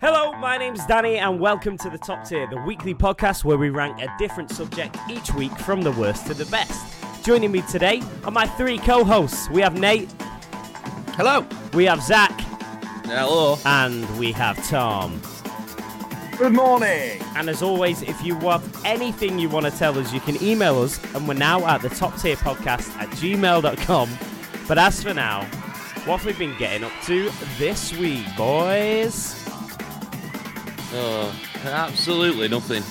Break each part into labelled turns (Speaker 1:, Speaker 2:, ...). Speaker 1: Hello, my name's Danny, and welcome to the Top Tier, the weekly podcast where we rank a different subject each week from the worst to the best. Joining me today are my three co hosts. We have Nate,
Speaker 2: Hello.
Speaker 1: we have Zach,
Speaker 2: Hello.
Speaker 1: and we have Tom.
Speaker 3: Good morning.
Speaker 1: And as always, if you have anything you want to tell us, you can email us, and we're now at the top tier podcast at gmail.com. But as for now, what have we been getting up to this week, boys?
Speaker 2: Oh, absolutely nothing.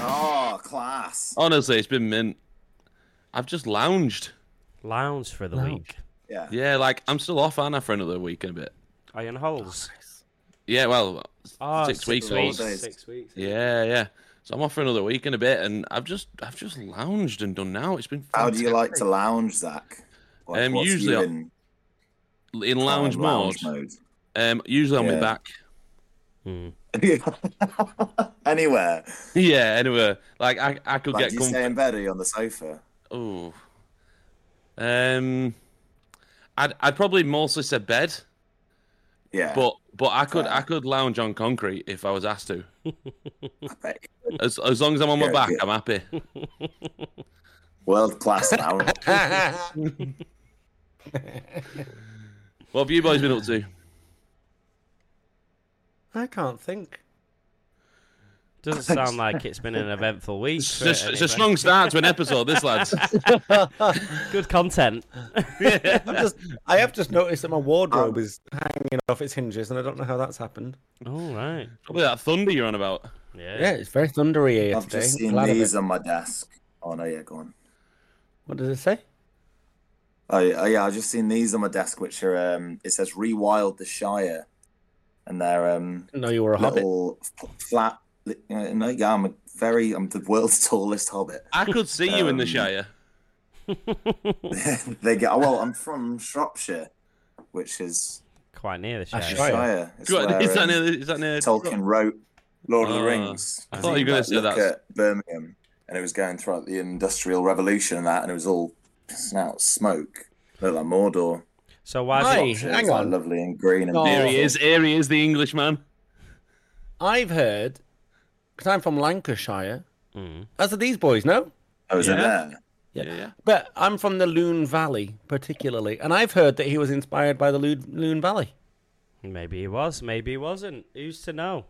Speaker 3: Oh, class.
Speaker 2: Honestly, it's been mint. I've just lounged.
Speaker 1: Lounge for the week.
Speaker 3: Yeah.
Speaker 2: Yeah, like I'm still off, aren't I, for another week and a bit?
Speaker 1: Are you on holes?
Speaker 2: Yeah, well,
Speaker 1: Ah,
Speaker 2: six weeks.
Speaker 3: weeks.
Speaker 2: old.
Speaker 1: Six weeks.
Speaker 2: Yeah, yeah. So I'm off for another week and a bit, and I've just, I've just lounged and done now. It's been.
Speaker 3: How do you like to
Speaker 2: fantastic.
Speaker 3: lounge, Zach? Like,
Speaker 2: Um,
Speaker 3: what's
Speaker 2: usually
Speaker 3: you
Speaker 2: I'll-
Speaker 3: in
Speaker 2: in lounge
Speaker 3: on
Speaker 2: mode? Um, usually on my
Speaker 3: Yeah.
Speaker 2: back.
Speaker 3: mode? Anywhere.
Speaker 2: Yeah. Anyway, like I, I could
Speaker 3: Like,
Speaker 2: get
Speaker 3: do you
Speaker 2: comfy.
Speaker 3: stay in bed or you on the sofa?
Speaker 2: Oh. Um, I'd, I'd probably mostly say bed,
Speaker 3: Yeah.
Speaker 2: but but I could,
Speaker 3: Fair.
Speaker 2: I could lounge on concrete if I was asked to.
Speaker 3: But...
Speaker 2: As, as long as I'm on my
Speaker 3: Yeah,
Speaker 2: back,
Speaker 3: yeah.
Speaker 2: I'm happy.
Speaker 3: World class lounge.
Speaker 2: What have you boys been up to?
Speaker 4: I can't think.
Speaker 1: Doesn't sound like it's been an eventful week.
Speaker 2: It's,
Speaker 1: for
Speaker 2: just- it's a
Speaker 1: anybody.
Speaker 2: strong start to an episode, this lads.
Speaker 1: Good content.
Speaker 4: I'm just, I have just noticed that my wardrobe
Speaker 3: Um,
Speaker 4: is hanging off its hinges, and I don't know how that's happened.
Speaker 1: All right.
Speaker 2: Probably that thunder you're on about.
Speaker 1: Yeah.
Speaker 4: Yeah, it's very thundery here
Speaker 3: I've
Speaker 4: today.
Speaker 3: just
Speaker 4: I'm
Speaker 3: seen
Speaker 4: glad of it.
Speaker 3: these uh, on my desk. Oh, no, yeah, go on.
Speaker 4: What does it say?
Speaker 3: Oh, yeah, oh, yeah, I've just seen these on my desk, which are, um, it says Rewild the Shire. And they're um,
Speaker 4: No, you were a hobbit.
Speaker 3: little f- flat. li- uh, No, yeah, I'm a very, I'm the world's tallest hobbit.
Speaker 2: I could see you in the
Speaker 3: Um,
Speaker 2: Shire.
Speaker 3: they go. Well, I'm from Shropshire, which is
Speaker 1: Quite near the show.
Speaker 4: That's
Speaker 3: Shire.
Speaker 4: Shire.
Speaker 3: It's
Speaker 2: Go on,
Speaker 3: where,
Speaker 2: Is that
Speaker 3: um,
Speaker 2: near? Is that near?
Speaker 3: Tolkien wrote Lord of
Speaker 2: Ah,
Speaker 3: the Rings.
Speaker 2: I thought you were gonna say
Speaker 3: Look
Speaker 2: that's-
Speaker 3: at Birmingham, and it was going throughout the Industrial Revolution and that, and it was all pissing out smoke. Looked like Mordor.
Speaker 1: So why
Speaker 4: Hey,
Speaker 1: is it?
Speaker 3: Shropshire,
Speaker 4: hang
Speaker 3: it's, like,
Speaker 4: on. Oh.
Speaker 3: lovely and green and
Speaker 4: No.
Speaker 2: Here
Speaker 3: beautiful.
Speaker 2: he is. Here he is, the Englishman.
Speaker 4: I've heard, because I'm from Lancashire,
Speaker 1: Mm.
Speaker 4: as are these boys, no?
Speaker 3: I was in
Speaker 2: Yeah.
Speaker 3: there.
Speaker 2: Yeah, yeah.
Speaker 4: But I'm from the Loon Valley, particularly, and I've heard that he was inspired by the Loon, Loon Valley.
Speaker 1: Maybe he was. Maybe he wasn't. Who's to know?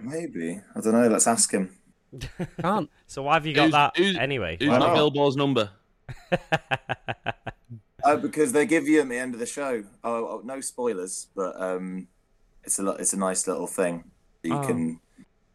Speaker 3: Maybe I don't know. Let's ask him.
Speaker 4: Can't.
Speaker 1: So why have you got
Speaker 2: Who's-
Speaker 1: that
Speaker 2: who's-
Speaker 1: anyway?
Speaker 2: Who's
Speaker 3: Why
Speaker 2: got
Speaker 3: not?
Speaker 2: Bilbo's number?
Speaker 3: Uh, because they give you 'em at the end of the show. Oh, oh, no spoilers, but um, it's a lo- it's a nice little thing that you
Speaker 1: Oh.
Speaker 3: can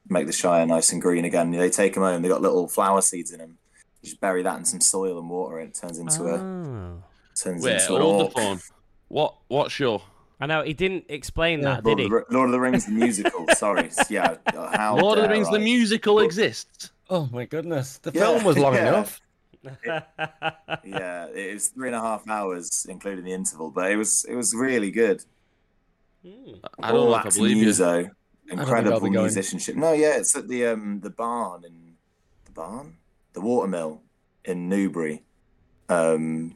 Speaker 3: make the Shire nice and green again. They take them home. They got little flower seeds in them. You just bury that in some soil and water, and it turns into a
Speaker 1: Oh.
Speaker 3: turns
Speaker 2: Wait,
Speaker 3: into an
Speaker 2: hold
Speaker 3: orc.
Speaker 2: the phone. What? What show?
Speaker 1: I know he didn't explain that,
Speaker 3: Lord,
Speaker 1: did
Speaker 3: of
Speaker 1: he?
Speaker 3: the, Ri- Lord of the Rings the musical. Sorry, yeah. uh, How
Speaker 2: Lord of the
Speaker 3: dare
Speaker 2: Rings: The
Speaker 3: I.
Speaker 2: musical exists.
Speaker 4: Oh my goodness, the
Speaker 3: Yeah,
Speaker 4: film was long
Speaker 3: yeah.
Speaker 4: enough.
Speaker 3: Yeah, it was three and a half hours, including the interval, but it was it was really good.
Speaker 1: Hmm,
Speaker 2: I don't
Speaker 3: All
Speaker 2: know if I
Speaker 3: acts
Speaker 2: believe you.
Speaker 3: muso,
Speaker 4: think I'll be
Speaker 3: Incredible
Speaker 4: going.
Speaker 3: musicianship. No, yeah, it's at the um the barn in the barn, the watermill in Newbury, um,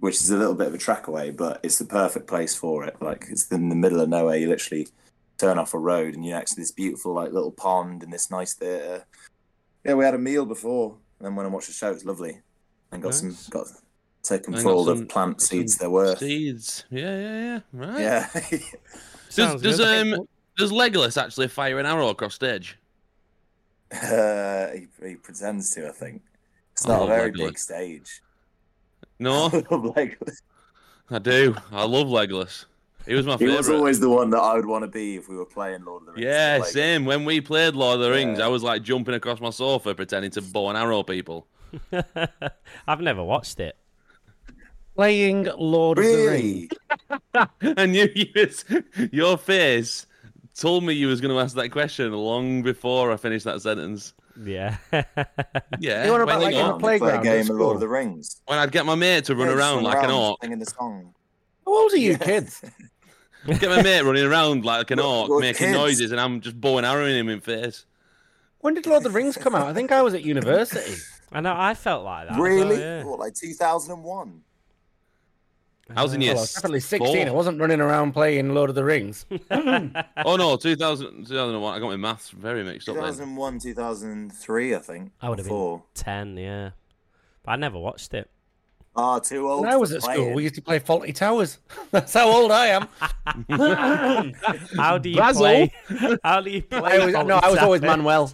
Speaker 3: which is a little bit of a track away, but it's the perfect place for it. Like it's in the middle of nowhere. You literally turn off a road and you're next to this beautiful like little pond and this nice theatre. Yeah, we had a meal before, and then when I watched the show, it's lovely. And got
Speaker 1: Nice.
Speaker 3: some got taken
Speaker 2: And
Speaker 3: for
Speaker 2: got
Speaker 3: all the
Speaker 2: some-
Speaker 3: plant
Speaker 2: some
Speaker 3: seeds there were.
Speaker 2: Seeds. Yeah, yeah, yeah. Right.
Speaker 3: Yeah.
Speaker 2: Does,
Speaker 1: Sounds
Speaker 2: does
Speaker 1: good.
Speaker 2: um does Legolas actually fire an arrow across stage?
Speaker 3: Uh, he, he pretends to, I think. It's
Speaker 2: I
Speaker 3: not a
Speaker 2: love
Speaker 3: very
Speaker 2: Legolas.
Speaker 3: big stage.
Speaker 2: No,
Speaker 3: Like,
Speaker 2: I do. I love Legolas. He was my
Speaker 3: he
Speaker 2: favorite.
Speaker 3: was always the one that I would want to be if we were playing Lord of the Rings.
Speaker 2: Yeah,
Speaker 3: Like,
Speaker 2: same. When we played Lord of the Rings,
Speaker 3: Yeah.
Speaker 2: I was like jumping across my sofa pretending to bow and arrow people. um,
Speaker 1: I've never watched it.
Speaker 4: Playing Lord of the Rings.
Speaker 3: Really?
Speaker 2: And you, you was, your face told me you was going to ask that question long before I finished that sentence.
Speaker 1: Yeah.
Speaker 2: Yeah.
Speaker 4: You want
Speaker 2: when,
Speaker 4: about,
Speaker 2: they
Speaker 4: like,
Speaker 2: got-
Speaker 4: in
Speaker 3: Come
Speaker 4: a
Speaker 3: on, we play a
Speaker 4: playground at
Speaker 3: game of Lord
Speaker 4: school.
Speaker 3: of the Rings.
Speaker 2: when I'd get my mate to run
Speaker 3: Yeah, just
Speaker 2: around like an orc,
Speaker 3: singing the song.
Speaker 4: How old are you kids?
Speaker 2: get my mate running around like an
Speaker 3: We're-
Speaker 2: orc,
Speaker 3: we're
Speaker 2: making
Speaker 3: kids.
Speaker 2: noises, and I'm just bow and arrowing him in face.
Speaker 4: When did Lord of the Rings come out? I think I was at university.
Speaker 1: I know. I felt like that. as well,
Speaker 3: Really?
Speaker 1: yeah.
Speaker 3: What, like 2001?
Speaker 2: I was in
Speaker 4: Uh, Well,
Speaker 2: year
Speaker 4: I was definitely 16.
Speaker 2: four.
Speaker 4: I wasn't running around playing Lord of the Rings.
Speaker 2: Oh no, 2000, 2001. I got my maths very mixed up. Then.
Speaker 3: 2001, 2003, I think.
Speaker 1: I would have been
Speaker 3: Four.
Speaker 1: ten, yeah. But I never watched it.
Speaker 3: Ah, too old.
Speaker 4: When I was
Speaker 3: to
Speaker 4: at
Speaker 3: play
Speaker 4: school,
Speaker 3: it.
Speaker 4: we used to play Faulty Towers. That's how old I am.
Speaker 1: How do you
Speaker 4: Basil?
Speaker 1: play? How do you play?
Speaker 4: I was, no, I was always
Speaker 1: Politano?
Speaker 4: Manuel.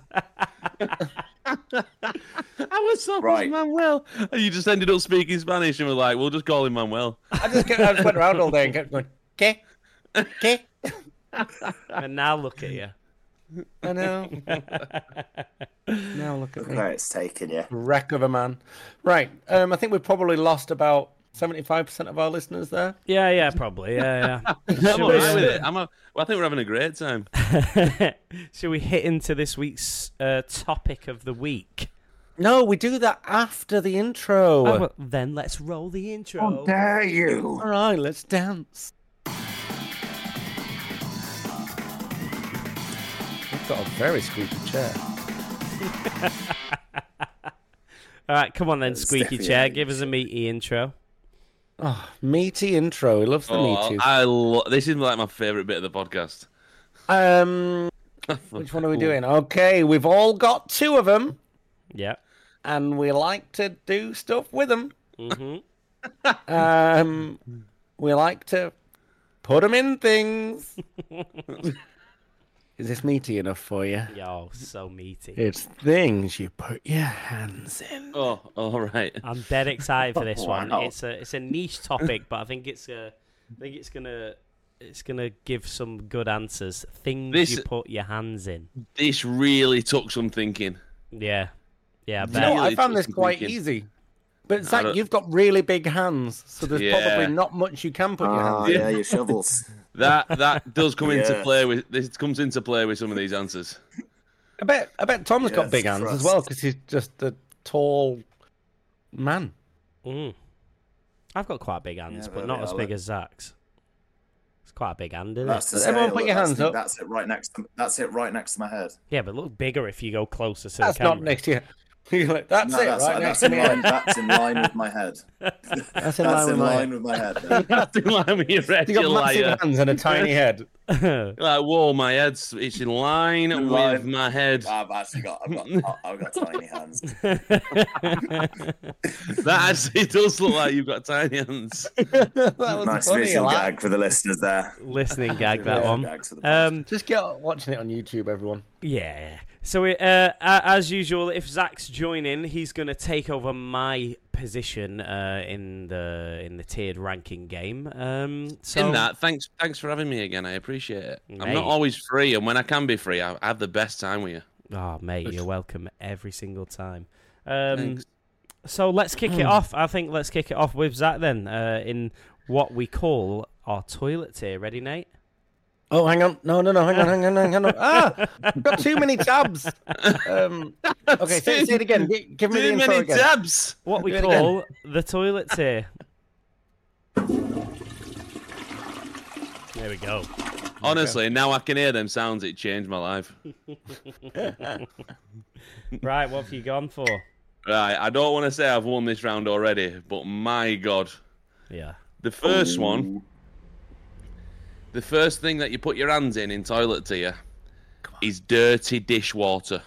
Speaker 2: I was so
Speaker 3: Right.
Speaker 2: Manuel. And you just ended up speaking Spanish and were like, "We'll just call him Manuel."
Speaker 4: I just, kept, I just went around all day and kept going, okay, okay.
Speaker 1: And now look at you.
Speaker 4: I know. now look at me.
Speaker 3: Where it's taken you.
Speaker 4: Wreck of a man. Right. Um, I think we've probably lost about 75% of our listeners there.
Speaker 1: Yeah, yeah, probably. Yeah, yeah.
Speaker 2: I'm
Speaker 1: Should
Speaker 2: all
Speaker 1: we-
Speaker 2: right with it. I'm a, well, I think we're having a great time.
Speaker 1: Shall we hit into this week's uh, topic of the week?
Speaker 4: No, we do that after the intro.
Speaker 1: Oh, well, then let's roll the intro.
Speaker 3: dare you?
Speaker 4: All right, let's dance. I've got a very squeaky chair.
Speaker 1: All right, come on then, squeaky
Speaker 3: definitely
Speaker 1: chair.
Speaker 3: an
Speaker 1: Give us a meaty intro.
Speaker 4: Oh, meaty intro. He loves the
Speaker 2: Oh,
Speaker 4: meaty.
Speaker 2: I lo- this is like my favorite bit of the podcast.
Speaker 4: Um, which one are we doing? Okay, we've all got two of them,
Speaker 1: Yeah.
Speaker 4: and we like to do stuff with them.
Speaker 1: hmm
Speaker 4: Um, we like to put them in things. Is this meaty enough for you?
Speaker 1: Yo, so meaty.
Speaker 4: It's things you put your hands in.
Speaker 2: Oh, all right.
Speaker 1: I'm dead excited for this one.
Speaker 3: Wow.
Speaker 1: It's a it's a niche topic, but I think it's a I think it's gonna it's gonna give some good answers. Things
Speaker 2: This-
Speaker 1: you put your hands in.
Speaker 2: This really took some thinking.
Speaker 1: Yeah. Yeah, I
Speaker 2: No,
Speaker 1: bet.
Speaker 4: No,
Speaker 2: really
Speaker 4: I found
Speaker 2: took
Speaker 4: this
Speaker 2: some
Speaker 4: quite
Speaker 2: thinking.
Speaker 4: easy. But
Speaker 2: don't-
Speaker 4: Zach, you've got really big hands, so there's
Speaker 2: Yeah.
Speaker 4: probably not much you can put your
Speaker 3: Ah,
Speaker 4: hands
Speaker 3: yeah, your shovels.
Speaker 2: That that does come into
Speaker 3: Yes.
Speaker 2: play with this comes into play with some of these answers.
Speaker 4: I bet I bet Tom's got
Speaker 3: Yes,
Speaker 4: big hands as well
Speaker 3: trust.
Speaker 4: because he's just a tall man.
Speaker 1: Mm. I've got quite big hands,
Speaker 3: Yeah,
Speaker 1: but
Speaker 3: there
Speaker 1: not
Speaker 3: they
Speaker 1: as
Speaker 3: are,
Speaker 1: big
Speaker 3: look.
Speaker 1: as Zach's. It's quite a big hand, isn't
Speaker 3: That's
Speaker 1: it?
Speaker 3: to say,
Speaker 4: Everyone put
Speaker 3: look,
Speaker 4: your
Speaker 3: that's
Speaker 4: hands
Speaker 3: the-
Speaker 4: up.
Speaker 3: That's it right next. To, that's it right next to my head.
Speaker 1: Yeah, but look bigger if you go closer to
Speaker 4: That's
Speaker 1: the camera.
Speaker 4: not next year. You're like, that's
Speaker 3: No,
Speaker 4: it,
Speaker 3: that's,
Speaker 4: right?
Speaker 3: that's
Speaker 4: Next
Speaker 3: in
Speaker 4: to me.
Speaker 3: line. That's in line with my head.
Speaker 4: That's in
Speaker 3: That's
Speaker 4: line
Speaker 3: in
Speaker 4: with my
Speaker 3: line with my head. man.
Speaker 2: That's in line with your head,
Speaker 4: You
Speaker 2: you
Speaker 4: got massive
Speaker 2: liar.
Speaker 4: hands and a tiny head.
Speaker 2: You're Like, whoa, my head's it's in line
Speaker 3: In
Speaker 2: with
Speaker 3: line.
Speaker 2: my head.
Speaker 3: I've actually got. I've got. I've got tiny hands.
Speaker 2: That actually does look like you've got tiny hands.
Speaker 4: that was
Speaker 3: Nice
Speaker 4: funny.
Speaker 3: visual
Speaker 4: like.
Speaker 3: gag for the listeners there.
Speaker 1: Listening gag that
Speaker 3: Yeah,
Speaker 1: one.
Speaker 3: gag for the
Speaker 1: Um,
Speaker 4: Just get watching it on YouTube, everyone.
Speaker 1: yeah. So we, uh, a- as usual, if Zach's joining, he's going to take over my position uh, in the in the tiered ranking game. Um, so
Speaker 2: in that, thanks thanks for having me again. I appreciate it. I'm
Speaker 1: Mate.
Speaker 2: not always free, and when I can be free, I I have the best time with you.
Speaker 1: Oh, mate, you're welcome every single time. Um,
Speaker 2: Thanks.
Speaker 1: so let's kick it off. I think let's kick it off with Zach then uh, in what we call our toilet tier. Ready, Nate?
Speaker 4: Oh, hang on. No, no, no. Hang on, hang on, hang on. Ah, I've got too many tabs. Um, okay, say, say it again. Gi- Give me the
Speaker 2: Too
Speaker 4: info
Speaker 2: many
Speaker 4: again.
Speaker 2: tabs.
Speaker 1: What we
Speaker 4: Do it
Speaker 1: call the toilet tier. There we go.
Speaker 2: Honestly, now I can hear them sounds. It changed my life.
Speaker 1: Right, what have you gone for?
Speaker 2: Right, I don't want to say I've won this round already, but my god,
Speaker 1: Yeah.
Speaker 2: the first one, the first thing that you put your hands in in toilet tier, is dirty dishwater.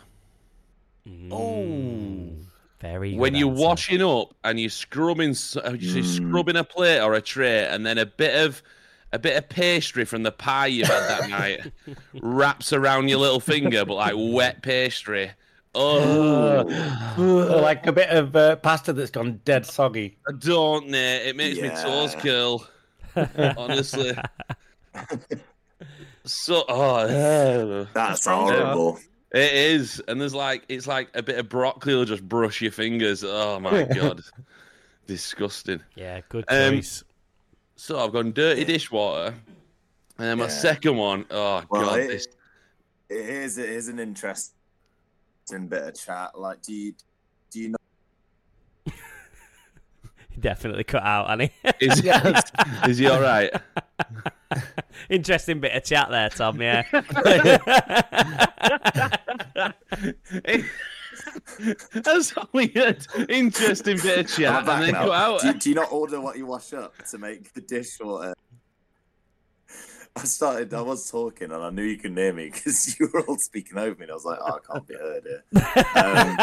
Speaker 1: Very
Speaker 2: When
Speaker 1: good
Speaker 2: you're
Speaker 1: answer.
Speaker 2: washing up and you're scrubbing, s- uh, you say scrubbing a plate or a tray, and then a bit of a bit of pastry from the pie you've had that night wraps around your little finger, but like wet pastry. Oh,
Speaker 4: Or like a bit of uh, pasta that's gone dead soggy.
Speaker 2: I don't know. It makes me toes
Speaker 3: Yeah.
Speaker 2: curl. Honestly. so oh
Speaker 3: That's horrible.
Speaker 2: it is. And there's like it's like a bit of broccoli will just brush your fingers. Oh my god. Disgusting.
Speaker 1: Yeah, good
Speaker 2: Um,
Speaker 1: choice.
Speaker 2: So I've gone dirty dishwater. And then my
Speaker 3: Yeah.
Speaker 2: second one, oh
Speaker 3: Well,
Speaker 2: god,
Speaker 3: it-
Speaker 2: this
Speaker 3: It is. It is an interesting bit of chat. Like, do you do you know?
Speaker 1: He Definitely cut out, Annie.
Speaker 2: is, is he alright?
Speaker 1: Interesting bit of chat there, Tom. Yeah.
Speaker 2: It- That's only an interesting bit of
Speaker 3: I'm
Speaker 2: chat,
Speaker 3: back
Speaker 2: and then
Speaker 3: now.
Speaker 2: go out.
Speaker 3: Do, you- do you not order what you wash up to make the dish water? I started. I was talking, and I knew you couldn't hear me because you were all speaking over me. And I was like, oh, I can't be heard here. Um,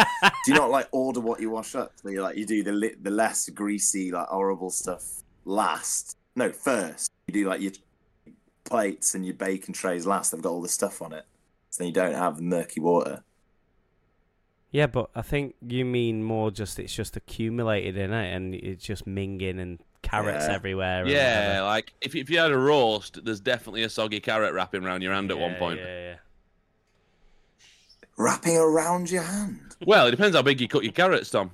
Speaker 3: do you not like order what you wash up? So you like you do the li- the less greasy, like horrible stuff last. No, first you do like your plates and your bacon trays last. They've got all the stuff on it, so then you don't have the murky water.
Speaker 1: Yeah, but I think you mean more just it's just accumulated in it and it's just minging and carrots
Speaker 3: Yeah.
Speaker 1: everywhere. and
Speaker 2: Yeah,
Speaker 1: whatever.
Speaker 2: like if, if you had a roast, there's definitely a soggy carrot wrapping around your hand at one
Speaker 1: Yeah,
Speaker 2: point.
Speaker 1: Yeah, yeah.
Speaker 3: Wrapping around your hand.
Speaker 2: Well, it depends how big you cut your carrots, Tom.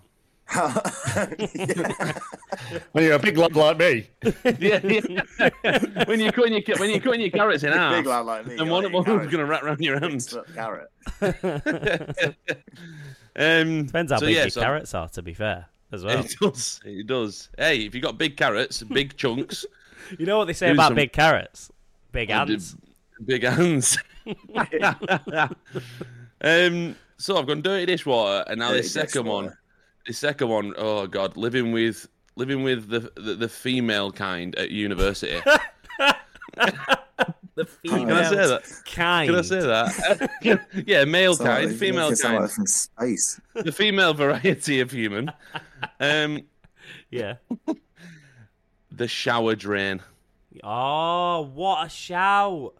Speaker 3: Yeah.
Speaker 4: When you're a big lug like me.
Speaker 2: yeah, yeah. when you cutting your ca- when you cutting your carrots in half,
Speaker 3: Big lad like me.
Speaker 2: then one of them's gonna wrap around your hand.
Speaker 3: Look, carrot.
Speaker 2: Um,
Speaker 1: Depends how
Speaker 2: so,
Speaker 1: big
Speaker 2: yeah,
Speaker 1: your
Speaker 2: so-
Speaker 1: carrots are, to be fair, as well.
Speaker 2: It does. It does. Hey, if you got big carrots, big chunks,
Speaker 1: you know what they say
Speaker 2: do
Speaker 1: about
Speaker 2: some-
Speaker 1: big carrots? Big
Speaker 2: and, uh,
Speaker 1: ants.
Speaker 2: big hands. um, so I've gone dirty dishwater, and now this
Speaker 3: Dirty
Speaker 2: second one,
Speaker 3: dishwater.
Speaker 2: this second one, oh god, living with living with the the, the female kind at university.
Speaker 1: The
Speaker 2: Can I say that?
Speaker 1: kind.
Speaker 2: Can I say that? yeah, male
Speaker 3: Sound like-
Speaker 2: kind,
Speaker 3: you
Speaker 2: female
Speaker 3: sound like
Speaker 2: kind,
Speaker 3: from space.
Speaker 2: the female variety of human. Um,
Speaker 1: Yeah.
Speaker 2: the shower drain.
Speaker 1: Oh, what a shout!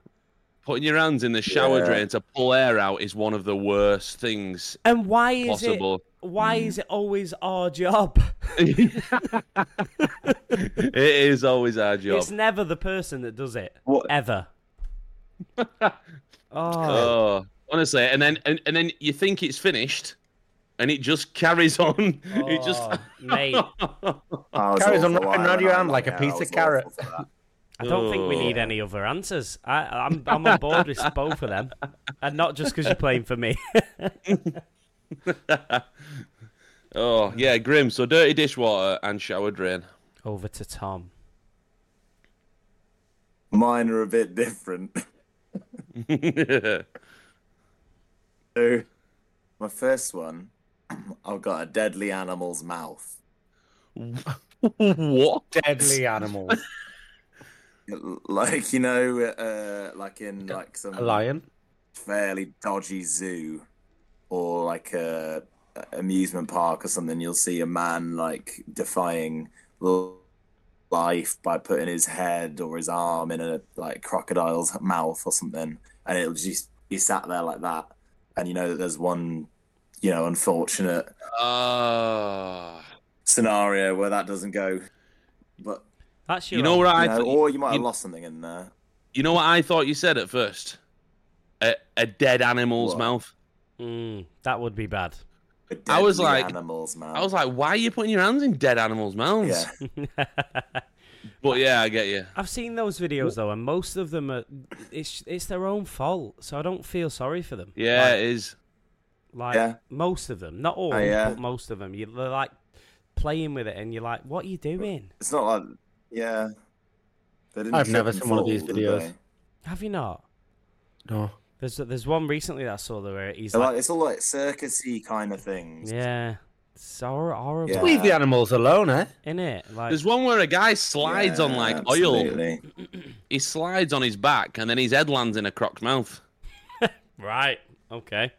Speaker 2: Putting your hands in the shower
Speaker 3: Yeah.
Speaker 2: drain to pull air out is one of the worst things
Speaker 1: And why is
Speaker 2: possible.
Speaker 1: it? Why is it always our job?
Speaker 2: It is always our job.
Speaker 1: It's never the person that does it.
Speaker 3: What?
Speaker 1: Ever. oh.
Speaker 2: Oh, honestly, and then and, and then you think it's finished, and it just carries on. It just
Speaker 1: Oh, mate.
Speaker 3: I was
Speaker 4: Carrots
Speaker 3: awful
Speaker 4: on wrapping
Speaker 3: at
Speaker 4: around your
Speaker 3: that,
Speaker 4: hand like a
Speaker 3: yeah,
Speaker 4: piece
Speaker 3: I
Speaker 4: of
Speaker 3: was
Speaker 4: carrot.
Speaker 3: awful for that.
Speaker 1: I don't think we
Speaker 2: Oh.
Speaker 1: need any other answers. I, I'm I'm on board with both of them, and not just because you're playing for me.
Speaker 2: oh yeah, grim. So dirty dishwater and shower drain.
Speaker 1: Over to Tom.
Speaker 3: Mine are a bit different. So, my first one, I've got a deadly animal's mouth.
Speaker 2: what?
Speaker 4: Deadly animals.
Speaker 3: Like you know, uh, like in like some
Speaker 4: A lion.
Speaker 3: fairly dodgy zoo or like a a amusement park or something, you'll see a man like defying l- life by putting his head or his arm in a like crocodile's mouth or something, and it'll just be sat there like that, and you know that there's one, you know, unfortunate
Speaker 2: Ah.
Speaker 3: scenario where that doesn't go, but
Speaker 1: That's your.
Speaker 2: you know
Speaker 1: own-
Speaker 2: what
Speaker 3: you
Speaker 2: I?
Speaker 3: know,
Speaker 2: thought-
Speaker 3: or you might have
Speaker 2: you-
Speaker 3: lost something in there.
Speaker 2: You know what I thought you said at first? A, a dead animal's
Speaker 3: What?
Speaker 2: mouth.
Speaker 1: Mm, that would be bad.
Speaker 3: A
Speaker 2: I was
Speaker 3: deadly
Speaker 2: like-
Speaker 3: animals, man.
Speaker 2: I was like, why are you putting your hands in dead animals' mouths?
Speaker 3: yeah,
Speaker 2: But yeah, I get you.
Speaker 1: I've seen those videos though, and most of them are. It's it's their own fault, so I don't feel sorry for them.
Speaker 2: Yeah, it is.
Speaker 1: Like
Speaker 3: Yeah.
Speaker 1: most of them, not all,
Speaker 3: Oh, yeah.
Speaker 1: but most of them, you're like playing with it, and you're like, "What are you doing?
Speaker 3: It's not like, yeah. They didn't
Speaker 4: I've
Speaker 3: trip
Speaker 4: never
Speaker 3: and
Speaker 4: seen one of these
Speaker 3: fall, did
Speaker 4: videos.
Speaker 3: they?
Speaker 1: Have you not?"
Speaker 4: No.
Speaker 1: There's there's one recently that I saw that where he's
Speaker 3: They're
Speaker 1: like,
Speaker 3: like, it's all like circusy kind of things.
Speaker 1: "Yeah, it's hor- horrible,
Speaker 3: Yeah.
Speaker 4: Leave the animals alone, eh?
Speaker 1: isn't it?" Like,
Speaker 2: There's one where a guy slides on
Speaker 3: Yeah,
Speaker 2: like oil.
Speaker 3: absolutely.
Speaker 2: He slides on his back and then his head lands in a croc's mouth.
Speaker 1: right, okay,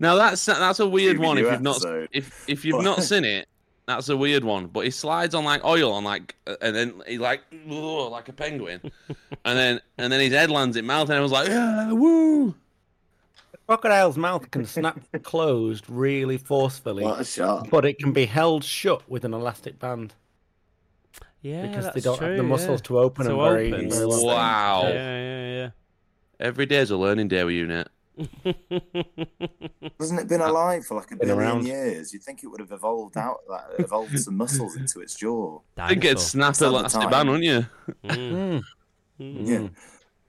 Speaker 2: now that's that's a weird one if
Speaker 3: DVD
Speaker 2: you've not
Speaker 3: episode.
Speaker 2: if if you've not seen it. That's a weird one, but he slides on like oil on like, uh, and then he like, ugh, like a penguin, and then and then his head lands in mouth, and I was like, "Yeah, woo,
Speaker 4: Crocodile's mouth can snap closed really forcefully,
Speaker 3: What a shot.
Speaker 4: but it can be held shut with an elastic band
Speaker 1: yeah,
Speaker 4: because they
Speaker 1: that's
Speaker 4: don't
Speaker 1: true,
Speaker 4: have the muscles
Speaker 1: yeah.
Speaker 4: to open
Speaker 1: To
Speaker 4: them very,
Speaker 1: open.
Speaker 4: very well.
Speaker 2: wow!"
Speaker 1: Yeah, yeah,
Speaker 2: Every day's a learning day with you, Nat.
Speaker 3: Hasn't it been alive for like a billion
Speaker 4: around.
Speaker 3: years? You'd think it would have evolved out that, evolved some muscles into its jaw.
Speaker 1: yeah.
Speaker 2: I think it's
Speaker 1: Dinosaur.
Speaker 2: snapped
Speaker 3: It's not
Speaker 2: a last
Speaker 3: the time.
Speaker 2: ban, aren't you?
Speaker 1: Mm.
Speaker 4: Mm.
Speaker 1: Mm-hmm.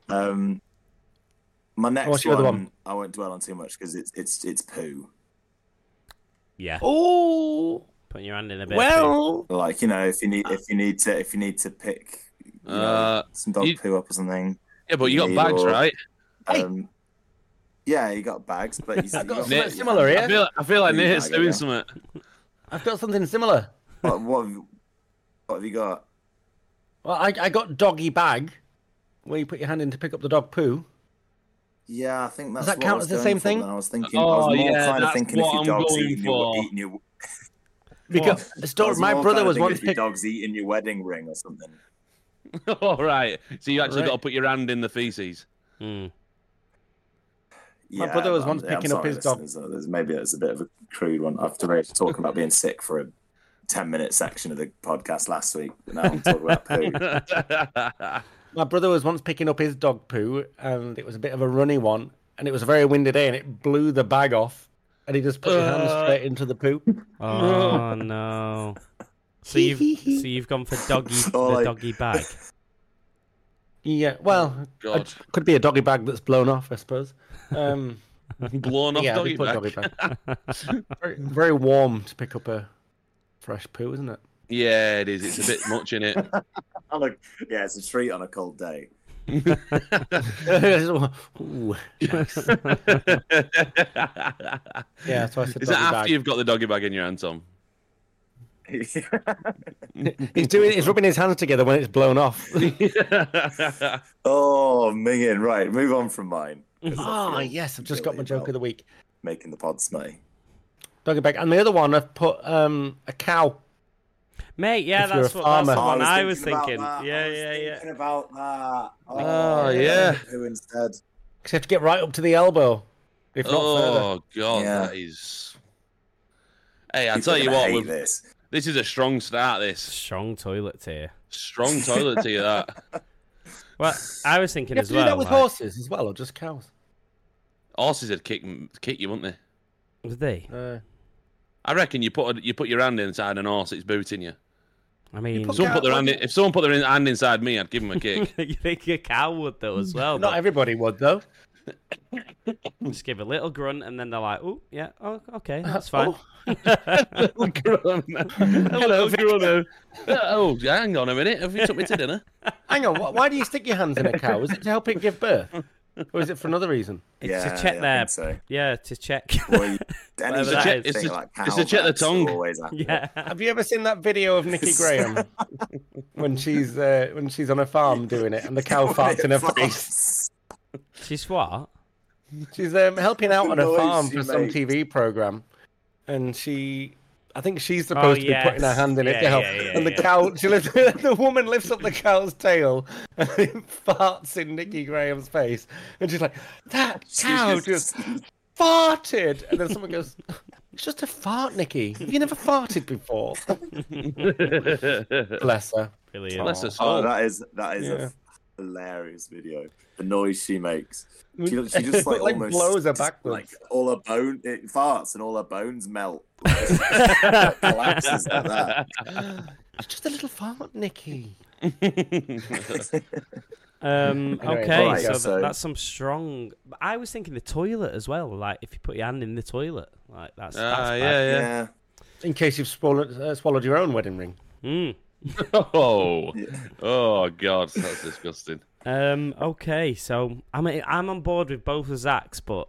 Speaker 3: Yeah. Um, my
Speaker 4: what's
Speaker 3: next
Speaker 4: Mm. your
Speaker 3: one,
Speaker 4: other
Speaker 3: I won't dwell on too much because it's it's it's poo.
Speaker 1: Yeah,
Speaker 4: Oh,
Speaker 1: put your hand in a bit.
Speaker 4: well,
Speaker 3: Like you know, if you need if you need to if you need to pick you know,
Speaker 2: Uh,
Speaker 3: some dog
Speaker 2: you-
Speaker 3: poo up or something.
Speaker 2: Yeah, but you got
Speaker 3: Needle.
Speaker 2: bags, right?
Speaker 4: Hey.
Speaker 3: Um, Yeah, he got bags, but he's
Speaker 4: I've got
Speaker 3: he
Speaker 4: something
Speaker 2: Nick.
Speaker 4: similar
Speaker 2: I
Speaker 4: here.
Speaker 2: feel, I feel like
Speaker 3: Yeah,
Speaker 2: Nate's
Speaker 3: I get
Speaker 2: doing
Speaker 3: you.
Speaker 2: something.
Speaker 4: I've got something similar.
Speaker 3: what, what, have you, what have you got?
Speaker 4: Well, I, I got doggy bag, where you put your hand in to pick up the dog poo.
Speaker 3: Yeah, I think that's
Speaker 4: that
Speaker 3: what
Speaker 4: count
Speaker 3: I was
Speaker 4: as the
Speaker 3: going
Speaker 4: same
Speaker 3: for
Speaker 4: thing?
Speaker 3: then. I was thinking, I
Speaker 2: Oh,
Speaker 3: was more
Speaker 2: yeah,
Speaker 3: kind of
Speaker 2: that's
Speaker 3: thinking if
Speaker 2: what
Speaker 3: your
Speaker 2: I'm
Speaker 3: dog's
Speaker 2: going
Speaker 3: eating your,
Speaker 2: for.
Speaker 3: eating your
Speaker 4: Because the
Speaker 3: I
Speaker 4: story,
Speaker 3: was
Speaker 4: my
Speaker 3: more kind
Speaker 4: brother
Speaker 3: of
Speaker 4: was
Speaker 3: thinking
Speaker 4: once
Speaker 3: if your
Speaker 4: picked.
Speaker 3: dog's eating your wedding ring or something.
Speaker 2: All right. So you actually
Speaker 4: Right.
Speaker 2: got to put your hand in the feces.
Speaker 1: Mm.
Speaker 4: My
Speaker 3: Yeah,
Speaker 4: brother was
Speaker 3: I'm-
Speaker 4: once
Speaker 3: yeah, I'm
Speaker 4: picking up
Speaker 3: sorry,
Speaker 4: his dog.
Speaker 3: listeners, uh, there's- Maybe that's a bit of a crude one. I've already talking about being sick for a ten-minute section of the podcast last week. but Now I'm talking about poo.
Speaker 4: My brother was once picking up his dog poo, and it was a bit of a runny one, and it was a very windy day, and it blew the bag off, and he just put his hand
Speaker 2: Uh.
Speaker 4: straight into the poo.
Speaker 1: Oh no. So you've so you've gone for doggy
Speaker 3: Oh,
Speaker 1: the
Speaker 3: like-
Speaker 1: doggy bag.
Speaker 4: Yeah, well,
Speaker 2: Oh, God.
Speaker 4: it could be a doggy bag that's blown off, I suppose. Um,
Speaker 2: Blown off
Speaker 4: yeah,
Speaker 2: doggy
Speaker 4: they put
Speaker 2: bag.
Speaker 4: doggy bag. very, very warm to pick up a fresh poo, isn't it?
Speaker 2: Yeah, it is. It's a bit much, in it?
Speaker 3: I'm like, yeah, it's a treat on a cold day.
Speaker 4: Ooh.
Speaker 2: is
Speaker 4: Yeah, so I
Speaker 2: that
Speaker 4: said doggy
Speaker 2: after
Speaker 4: bag.
Speaker 2: you've got the doggy bag in your hand, Tom?
Speaker 4: He's doing. He's rubbing his hands together when it's blown off.
Speaker 3: oh, minging. Right, move on from mine. 'cause I
Speaker 4: Ah,
Speaker 3: feel
Speaker 4: yes, I've just got my
Speaker 3: guilty
Speaker 4: joke of the
Speaker 3: about
Speaker 4: week.
Speaker 3: Making the pod smutty.
Speaker 4: Doggy bag, and the other one I've put um, a cow.
Speaker 1: Mate, yeah,
Speaker 4: If you're a
Speaker 1: that's what that's the
Speaker 4: farmer.
Speaker 1: one I was thinking.
Speaker 3: about that,
Speaker 1: Yeah,
Speaker 3: I was
Speaker 1: yeah, yeah.
Speaker 3: thinking about that.
Speaker 2: Oh, yeah.
Speaker 3: Who instead?
Speaker 4: Cause you have to get right up to the elbow, if not further.
Speaker 2: oh God,
Speaker 3: Yeah.
Speaker 2: that is. Hey, I
Speaker 3: People
Speaker 2: tell
Speaker 3: are
Speaker 2: you
Speaker 3: gonna
Speaker 2: what,
Speaker 3: hate
Speaker 2: we've-
Speaker 3: this.
Speaker 2: this is a strong start. This
Speaker 1: Strong toilet tier.
Speaker 2: strong toilet to you that.
Speaker 1: Well, I was thinking
Speaker 4: You have
Speaker 1: as
Speaker 4: to
Speaker 1: well.
Speaker 4: do that with
Speaker 1: like-
Speaker 4: horses as well, or just cows?
Speaker 2: Horses would kick kick you, wouldn't they?
Speaker 1: Did they?
Speaker 4: Uh,
Speaker 2: I reckon you put a, you put your hand inside an horse, it's booting you.
Speaker 1: I mean,
Speaker 4: put
Speaker 2: Someone put their
Speaker 4: Yeah,
Speaker 2: hand in, if someone put their hand inside me, I'd give them a kick.
Speaker 1: you think a cow would though as well.
Speaker 4: not
Speaker 1: but
Speaker 4: everybody would though.
Speaker 1: just give a little grunt and then they're like, "Oh, yeah, oh, okay, that's fine."
Speaker 2: Look around. Hello, Gruno. Oh, hang on a minute. Have you took me to dinner?
Speaker 4: Hang on, wh- why do you stick your hands in a cow? Is it to help it give birth, or is it for another reason?
Speaker 1: It's
Speaker 3: yeah,
Speaker 1: to
Speaker 3: yeah, I
Speaker 1: check
Speaker 3: think
Speaker 1: their,
Speaker 3: so.
Speaker 1: yeah, to check.
Speaker 3: Or you- any
Speaker 1: Whatever
Speaker 3: of
Speaker 1: that
Speaker 3: that
Speaker 1: is.
Speaker 2: It's
Speaker 3: thing
Speaker 2: a-
Speaker 3: like
Speaker 2: it's a check the
Speaker 3: cowbacks
Speaker 2: tongue.
Speaker 3: Always happen.
Speaker 1: yeah,
Speaker 4: Have you ever seen that video of Nikki Graham when she's uh, when she's on a farm doing it and the cow farts in her face?
Speaker 1: she's what?
Speaker 4: She's um, helping out on a
Speaker 3: noise
Speaker 4: farm
Speaker 3: she
Speaker 4: for some
Speaker 3: makes.
Speaker 4: TV program, and she, I think she's supposed to be putting her
Speaker 1: Oh, yes.
Speaker 4: hand in it
Speaker 1: Yeah,
Speaker 4: to help.
Speaker 1: yeah, yeah,
Speaker 4: and the
Speaker 1: yeah.
Speaker 4: cow, she lifts, the woman lifts up the cow's tail and it farts in Nikki Graham's face, and she's like, "That cow just farted," and then someone goes. It's just a fart, Nikki. Have you never farted before? Bless her.
Speaker 1: Brilliant.
Speaker 2: Bless us
Speaker 3: Oh,
Speaker 2: all.
Speaker 3: that is that is
Speaker 4: Yeah.
Speaker 3: a hilarious video. The noise she makes. She, she
Speaker 4: It
Speaker 3: just like, almost
Speaker 4: blows her
Speaker 3: just, Like
Speaker 4: backwards.
Speaker 3: all her bone, it farts and all her bones melt. Like, collapses like that.
Speaker 4: It's just a little fart, Nikki.
Speaker 1: Um,
Speaker 4: Anyway,
Speaker 1: okay,
Speaker 3: right,
Speaker 1: so, th-
Speaker 3: so-
Speaker 1: that's some strong. I was thinking the toilet as well. Like if you put your hand in the toilet, like that's that's
Speaker 2: Ah,
Speaker 1: bad.
Speaker 2: yeah, yeah.
Speaker 3: Yeah.
Speaker 4: In case you've swallowed, uh, swallowed your own wedding ring.
Speaker 1: Mm.
Speaker 2: Oh,
Speaker 3: Yeah.
Speaker 2: oh God, that's disgusting.
Speaker 1: Um, okay, so I'm I'm on board with both of Zach's, but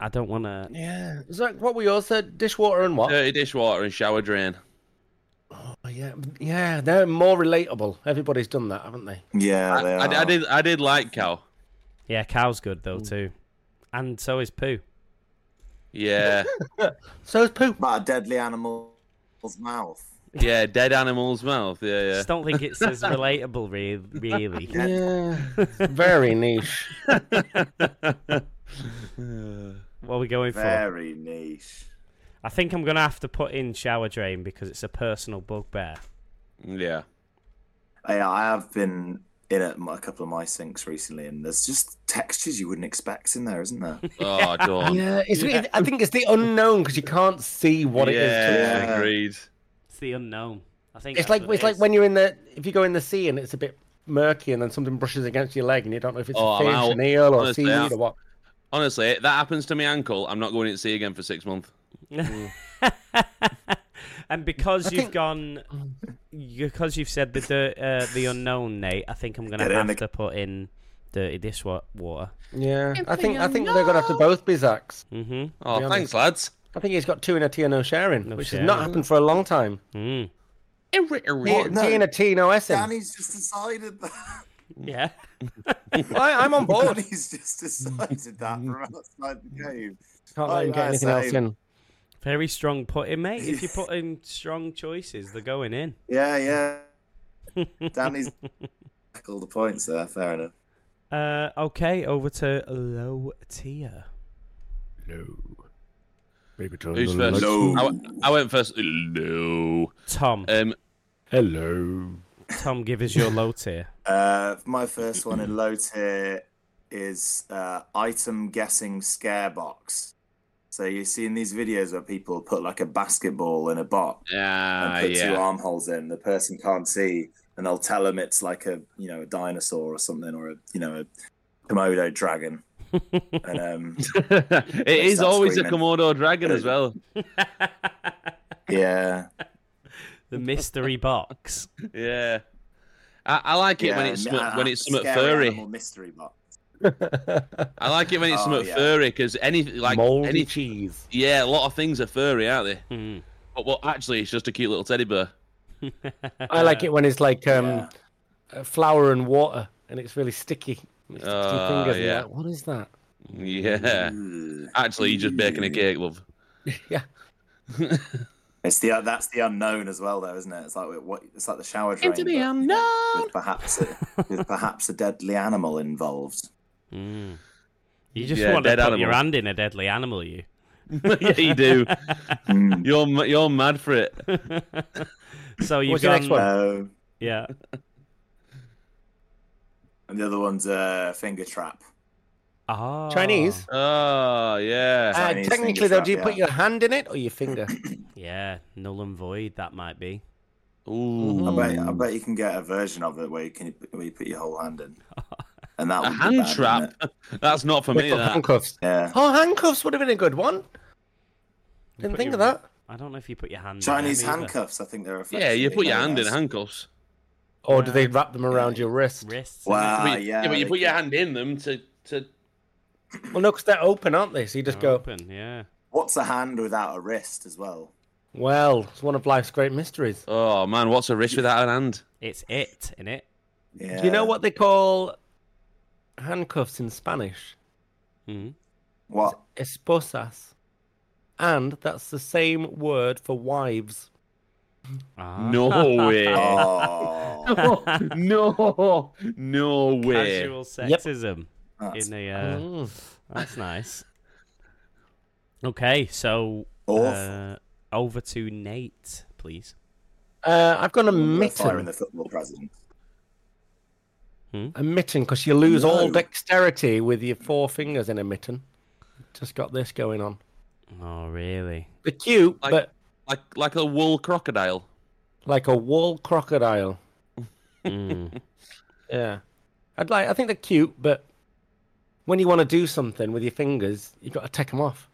Speaker 1: I don't want to.
Speaker 4: Yeah. Is that what we all said? Dishwater and what?
Speaker 2: Dirty dishwater and shower drain.
Speaker 4: Oh, yeah. Yeah, they're more relatable. Everybody's done that, haven't they?
Speaker 3: Yeah, they
Speaker 2: I,
Speaker 3: are.
Speaker 2: I did, I did like cow.
Speaker 1: Yeah, cow's good though
Speaker 4: Mm.
Speaker 1: too, and so is poo.
Speaker 2: Yeah,
Speaker 4: So is poo.
Speaker 3: About a deadly animal's mouth.
Speaker 2: yeah. Dead animal's mouth. Yeah,
Speaker 1: Just don't think it's as relatable, re- really.
Speaker 4: Yeah. Very niche.
Speaker 1: What are we going for?
Speaker 3: Very niche.
Speaker 1: I think I'm gonna have to put in shower drain because it's a personal bugbear.
Speaker 2: yeah, yeah.
Speaker 3: I, I have been in at my- a couple of my sinks recently, and there's just textures you wouldn't expect in there, isn't there?
Speaker 2: Oh, don't.
Speaker 4: Yeah. It's, I think it's the unknown because you can't see what it is. till-
Speaker 2: yeah,
Speaker 3: Yeah.
Speaker 2: agreed.
Speaker 1: It's the unknown. I think
Speaker 4: It's
Speaker 1: that's
Speaker 4: like
Speaker 1: what
Speaker 4: it's
Speaker 1: it
Speaker 4: like
Speaker 1: is.
Speaker 4: when you're in the if you go in the sea and it's a bit murky and then something brushes against your leg and you don't know if it's
Speaker 2: Oh,
Speaker 4: a
Speaker 2: I'm
Speaker 4: fish,
Speaker 2: out.
Speaker 4: an eel, or
Speaker 2: Honestly,
Speaker 4: seaweed
Speaker 2: I'm-
Speaker 4: or what.
Speaker 2: Honestly, if that happens to my ankle. I'm not going to sea again for six months.
Speaker 1: and because you've
Speaker 4: think-
Speaker 1: gone, because you've said the dirt, uh, the unknown, Nate. I think I'm gonna
Speaker 3: Get in
Speaker 1: have
Speaker 3: the-
Speaker 1: to put in dirty dishwater.
Speaker 4: Yeah, I
Speaker 5: Simply
Speaker 4: think I
Speaker 5: a
Speaker 4: think they're gonna have to
Speaker 5: no.
Speaker 4: both be Zach's.
Speaker 1: Mm-hmm.
Speaker 2: Oh,
Speaker 4: honest.
Speaker 2: thanks, lads.
Speaker 4: I think he's got two in a T and no sharing,
Speaker 1: No
Speaker 4: which
Speaker 1: sharing.
Speaker 4: has not happened for a long time.
Speaker 1: Mm.
Speaker 3: What? No.
Speaker 4: T and a T, no S in.
Speaker 3: Danny's just decided that.
Speaker 1: Yeah.
Speaker 4: I, I'm on board.
Speaker 3: Danny's just decided that from outside the cave.
Speaker 4: Can't let him
Speaker 3: I-
Speaker 4: get
Speaker 3: I
Speaker 4: anything
Speaker 3: say-
Speaker 4: else in.
Speaker 1: Very strong putting, mate. If you put in strong choices, they're going in.
Speaker 3: Yeah, yeah. Danny's all the points there. Fair enough.
Speaker 1: Uh, okay, over to low tier.
Speaker 2: Who's first?
Speaker 3: No.
Speaker 2: I, w- I went first. No.
Speaker 1: Tom,
Speaker 2: Um,
Speaker 6: Hello.
Speaker 1: Tom, give us your low tier.
Speaker 3: Uh, my first one in low tier is uh, item guessing scare box. So you've seen these videos where people put like a basketball in a box and
Speaker 2: ah,
Speaker 3: put two
Speaker 2: yeah.
Speaker 3: armholes in. The person can't see, and they'll tell them it's like a you know a dinosaur or something, or a you know a komodo dragon. and um,
Speaker 2: it is
Speaker 3: Stop
Speaker 2: always a
Speaker 3: screaming.
Speaker 2: Komodo dragon as well.
Speaker 3: yeah,
Speaker 1: The mystery box.
Speaker 2: Yeah. I, I like it
Speaker 3: yeah,
Speaker 2: when it's
Speaker 3: and,
Speaker 2: somewhat-
Speaker 3: uh,
Speaker 2: when it's somewhat
Speaker 3: scary
Speaker 2: furry.
Speaker 3: animal mystery box.
Speaker 2: I like it when it's
Speaker 3: Oh,
Speaker 2: somewhat
Speaker 3: yeah.
Speaker 2: furry because any like
Speaker 4: Moldy
Speaker 2: any
Speaker 4: cheese.
Speaker 2: yeah, a lot of things are furry, aren't they?
Speaker 1: Mm.
Speaker 2: But well, actually, it's just a cute little teddy bear.
Speaker 4: I like it when it's like um,
Speaker 3: Yeah.
Speaker 4: uh, flour and water, and it's really sticky. And It's sticks to your
Speaker 2: Oh,
Speaker 4: fingers, and you're
Speaker 2: yeah.
Speaker 4: like, what is that?
Speaker 2: Yeah.
Speaker 3: Ugh.
Speaker 2: Actually, you're just baking a cake, love.
Speaker 3: It's the that's the unknown as well, though, isn't it? It's like what it's like the shower drain.
Speaker 5: Into
Speaker 3: but,
Speaker 5: the
Speaker 3: you know,
Speaker 5: unknown.
Speaker 3: with perhaps a, with perhaps a deadly animal involved.
Speaker 1: Mm. You just
Speaker 2: Yeah,
Speaker 1: want to put
Speaker 2: dead
Speaker 1: your
Speaker 2: animals.
Speaker 1: hand in a deadly animal, you.
Speaker 2: yeah, you do.
Speaker 3: Mm.
Speaker 2: You're ma- you're mad for it.
Speaker 1: So you've
Speaker 4: What's your
Speaker 1: gone-
Speaker 4: next one?
Speaker 3: Um,
Speaker 1: Yeah.
Speaker 3: and the other one's uh, finger trap.
Speaker 1: Ah.
Speaker 4: Chinese?
Speaker 2: Oh yeah.
Speaker 4: Uh,
Speaker 3: Chinese
Speaker 4: technically,
Speaker 3: finger
Speaker 4: though,
Speaker 3: trap,
Speaker 4: do you put
Speaker 3: yeah.
Speaker 4: your hand in it or your finger?
Speaker 1: Yeah, null and void. That might be.
Speaker 2: Ooh.
Speaker 3: I bet
Speaker 2: Oh.
Speaker 3: I bet you can get a version of it where you can where you put your whole hand in, and that
Speaker 2: A
Speaker 3: would be
Speaker 2: hand
Speaker 3: bad,
Speaker 2: trap.
Speaker 3: wouldn't
Speaker 2: That's not for me.
Speaker 4: Or
Speaker 2: That.
Speaker 4: handcuffs.
Speaker 3: it? Yeah,
Speaker 4: Oh, handcuffs would have been a good one. Didn't
Speaker 1: Put
Speaker 4: think
Speaker 1: your-
Speaker 4: of that.
Speaker 1: I don't know if you put your hand.
Speaker 3: Chinese
Speaker 1: in them either.
Speaker 3: handcuffs. I think they're
Speaker 2: Yeah, you
Speaker 3: effectively
Speaker 2: put your
Speaker 3: known
Speaker 2: hand in
Speaker 3: as.
Speaker 2: handcuffs.
Speaker 4: Or do they wrap them around your wrist?
Speaker 1: Wrists.
Speaker 3: Wow,
Speaker 2: But you-
Speaker 3: Ah, yeah,
Speaker 2: but you
Speaker 3: they
Speaker 2: put your
Speaker 3: could-
Speaker 2: hand in them to to.
Speaker 4: Well, no, 'cause they're open, aren't they? So you just
Speaker 1: Go.
Speaker 4: go,
Speaker 1: Open. Yeah.
Speaker 3: What's a hand without a wrist as well?
Speaker 4: well, it's one of life's great mysteries.
Speaker 2: Oh man, what's a wrist without a hand?
Speaker 1: It's it in it.
Speaker 3: Yeah.
Speaker 4: Do you know what they call handcuffs in Spanish?
Speaker 1: Mm.
Speaker 3: What?
Speaker 4: Esposas. And that's the same word for wives.
Speaker 1: Ah.
Speaker 2: No way.
Speaker 3: Oh,
Speaker 2: no, no way.
Speaker 1: Casual sexism
Speaker 3: that's
Speaker 1: in the. Uh,
Speaker 4: Mm.
Speaker 1: that's nice. Okay, so
Speaker 3: awful.
Speaker 1: uh, over to Nate, please.
Speaker 4: Uh, I've got a
Speaker 3: Fire in
Speaker 4: mitten.
Speaker 3: the football president.
Speaker 4: A mitten, because you lose all
Speaker 3: No.
Speaker 4: dexterity with your four fingers in a mitten. Just got this going on.
Speaker 1: Oh really?
Speaker 4: They're cute,
Speaker 2: Like-
Speaker 4: but
Speaker 2: Like like a wool crocodile.
Speaker 4: like a wool crocodile.
Speaker 1: Mm.
Speaker 4: Yeah, I'd like. I think they're cute, but when you want to do something with your fingers, you've got to take them off.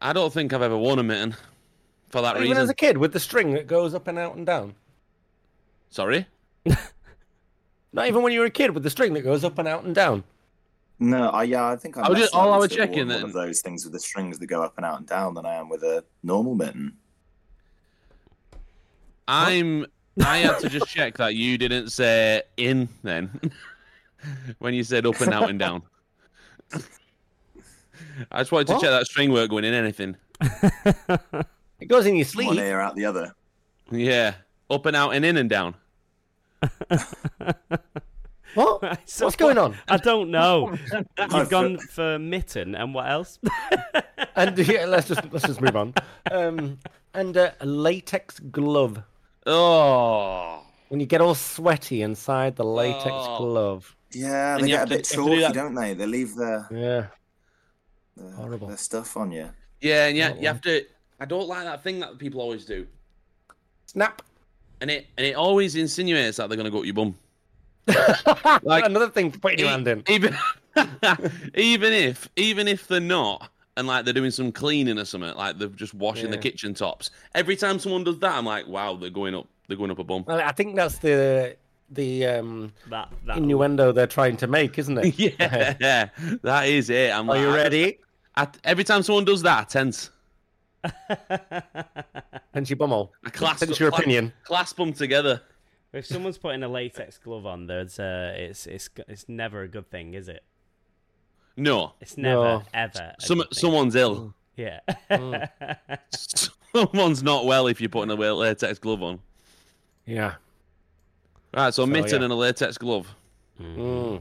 Speaker 2: I don't think I've ever worn a mitten for that
Speaker 4: Even
Speaker 2: reason.
Speaker 4: as a kid, with the string that goes up and out and down.
Speaker 2: Sorry.
Speaker 4: Not even when you were a kid with the string that goes up and out and down.
Speaker 3: No, I yeah, I think I'm.
Speaker 2: I was
Speaker 3: less
Speaker 2: just- all I
Speaker 3: likely
Speaker 2: was
Speaker 3: to
Speaker 2: checking
Speaker 3: award
Speaker 2: then.
Speaker 3: one of those things with the strings that go up and out and down than I am with a normal mitten.
Speaker 2: I'm. I had to just check that you didn't say in then when you said up and out and down. I just wanted to
Speaker 4: What?
Speaker 2: check that string work going in anything.
Speaker 4: It goes in your
Speaker 3: One
Speaker 4: sleeve.
Speaker 3: ear out the other.
Speaker 2: Yeah, up and out and in and down.
Speaker 4: What?
Speaker 1: So
Speaker 4: What's going
Speaker 1: what-
Speaker 4: on?
Speaker 1: I don't know.
Speaker 3: I
Speaker 1: You've gone for mitten and what else?
Speaker 4: And yeah, let's just let's just move on. Um, and uh, a latex glove.
Speaker 2: Oh,
Speaker 4: When you get all sweaty inside the latex
Speaker 2: Oh.
Speaker 4: glove.
Speaker 3: Yeah,
Speaker 2: And
Speaker 3: they
Speaker 2: you
Speaker 3: get a
Speaker 2: have to-
Speaker 3: bit
Speaker 2: you have to do
Speaker 3: chalky,
Speaker 2: that-
Speaker 3: don't they? They leave their,
Speaker 4: Yeah.
Speaker 3: their,
Speaker 4: Horrible.
Speaker 3: their stuff on you.
Speaker 2: yeah, and
Speaker 4: Oh,
Speaker 2: yeah, you have to. I don't like that thing that people always do,
Speaker 4: Snap.
Speaker 2: and it and it always insinuates that they're gonna go up your bum. Like-
Speaker 4: Another thing to put your
Speaker 2: E-
Speaker 4: hand in.
Speaker 2: Even, even if even if they're not, and like they're doing some cleaning or something, like they're just washing the
Speaker 4: Yeah.
Speaker 2: kitchen tops. Every time someone does that, I'm like, wow, they're going up. They're going up a bum.
Speaker 4: Well, I think that's the the um,
Speaker 1: That that
Speaker 4: innuendo they're trying to make, isn't it?
Speaker 2: yeah, that is it. I'm
Speaker 4: Are
Speaker 2: like,
Speaker 4: you
Speaker 2: I-
Speaker 4: ready?
Speaker 2: I- every time someone does that, I tense.
Speaker 4: Punchy bumhole.
Speaker 2: I clasp,
Speaker 4: That's your
Speaker 2: cla-
Speaker 4: opinion.
Speaker 2: Clasp them together.
Speaker 1: if someone's putting a latex glove on, there's uh, it's it's it's never a good thing, is it?
Speaker 2: No,
Speaker 1: It's never
Speaker 4: No.
Speaker 1: ever. a
Speaker 2: some
Speaker 1: good thing.
Speaker 2: someone's ill.
Speaker 1: Yeah.
Speaker 4: Mm.
Speaker 2: Someone's not well if you're putting a la- latex glove on.
Speaker 4: Yeah.
Speaker 2: Right, so, a mitten
Speaker 4: yeah.
Speaker 2: and a latex glove.
Speaker 4: Mm.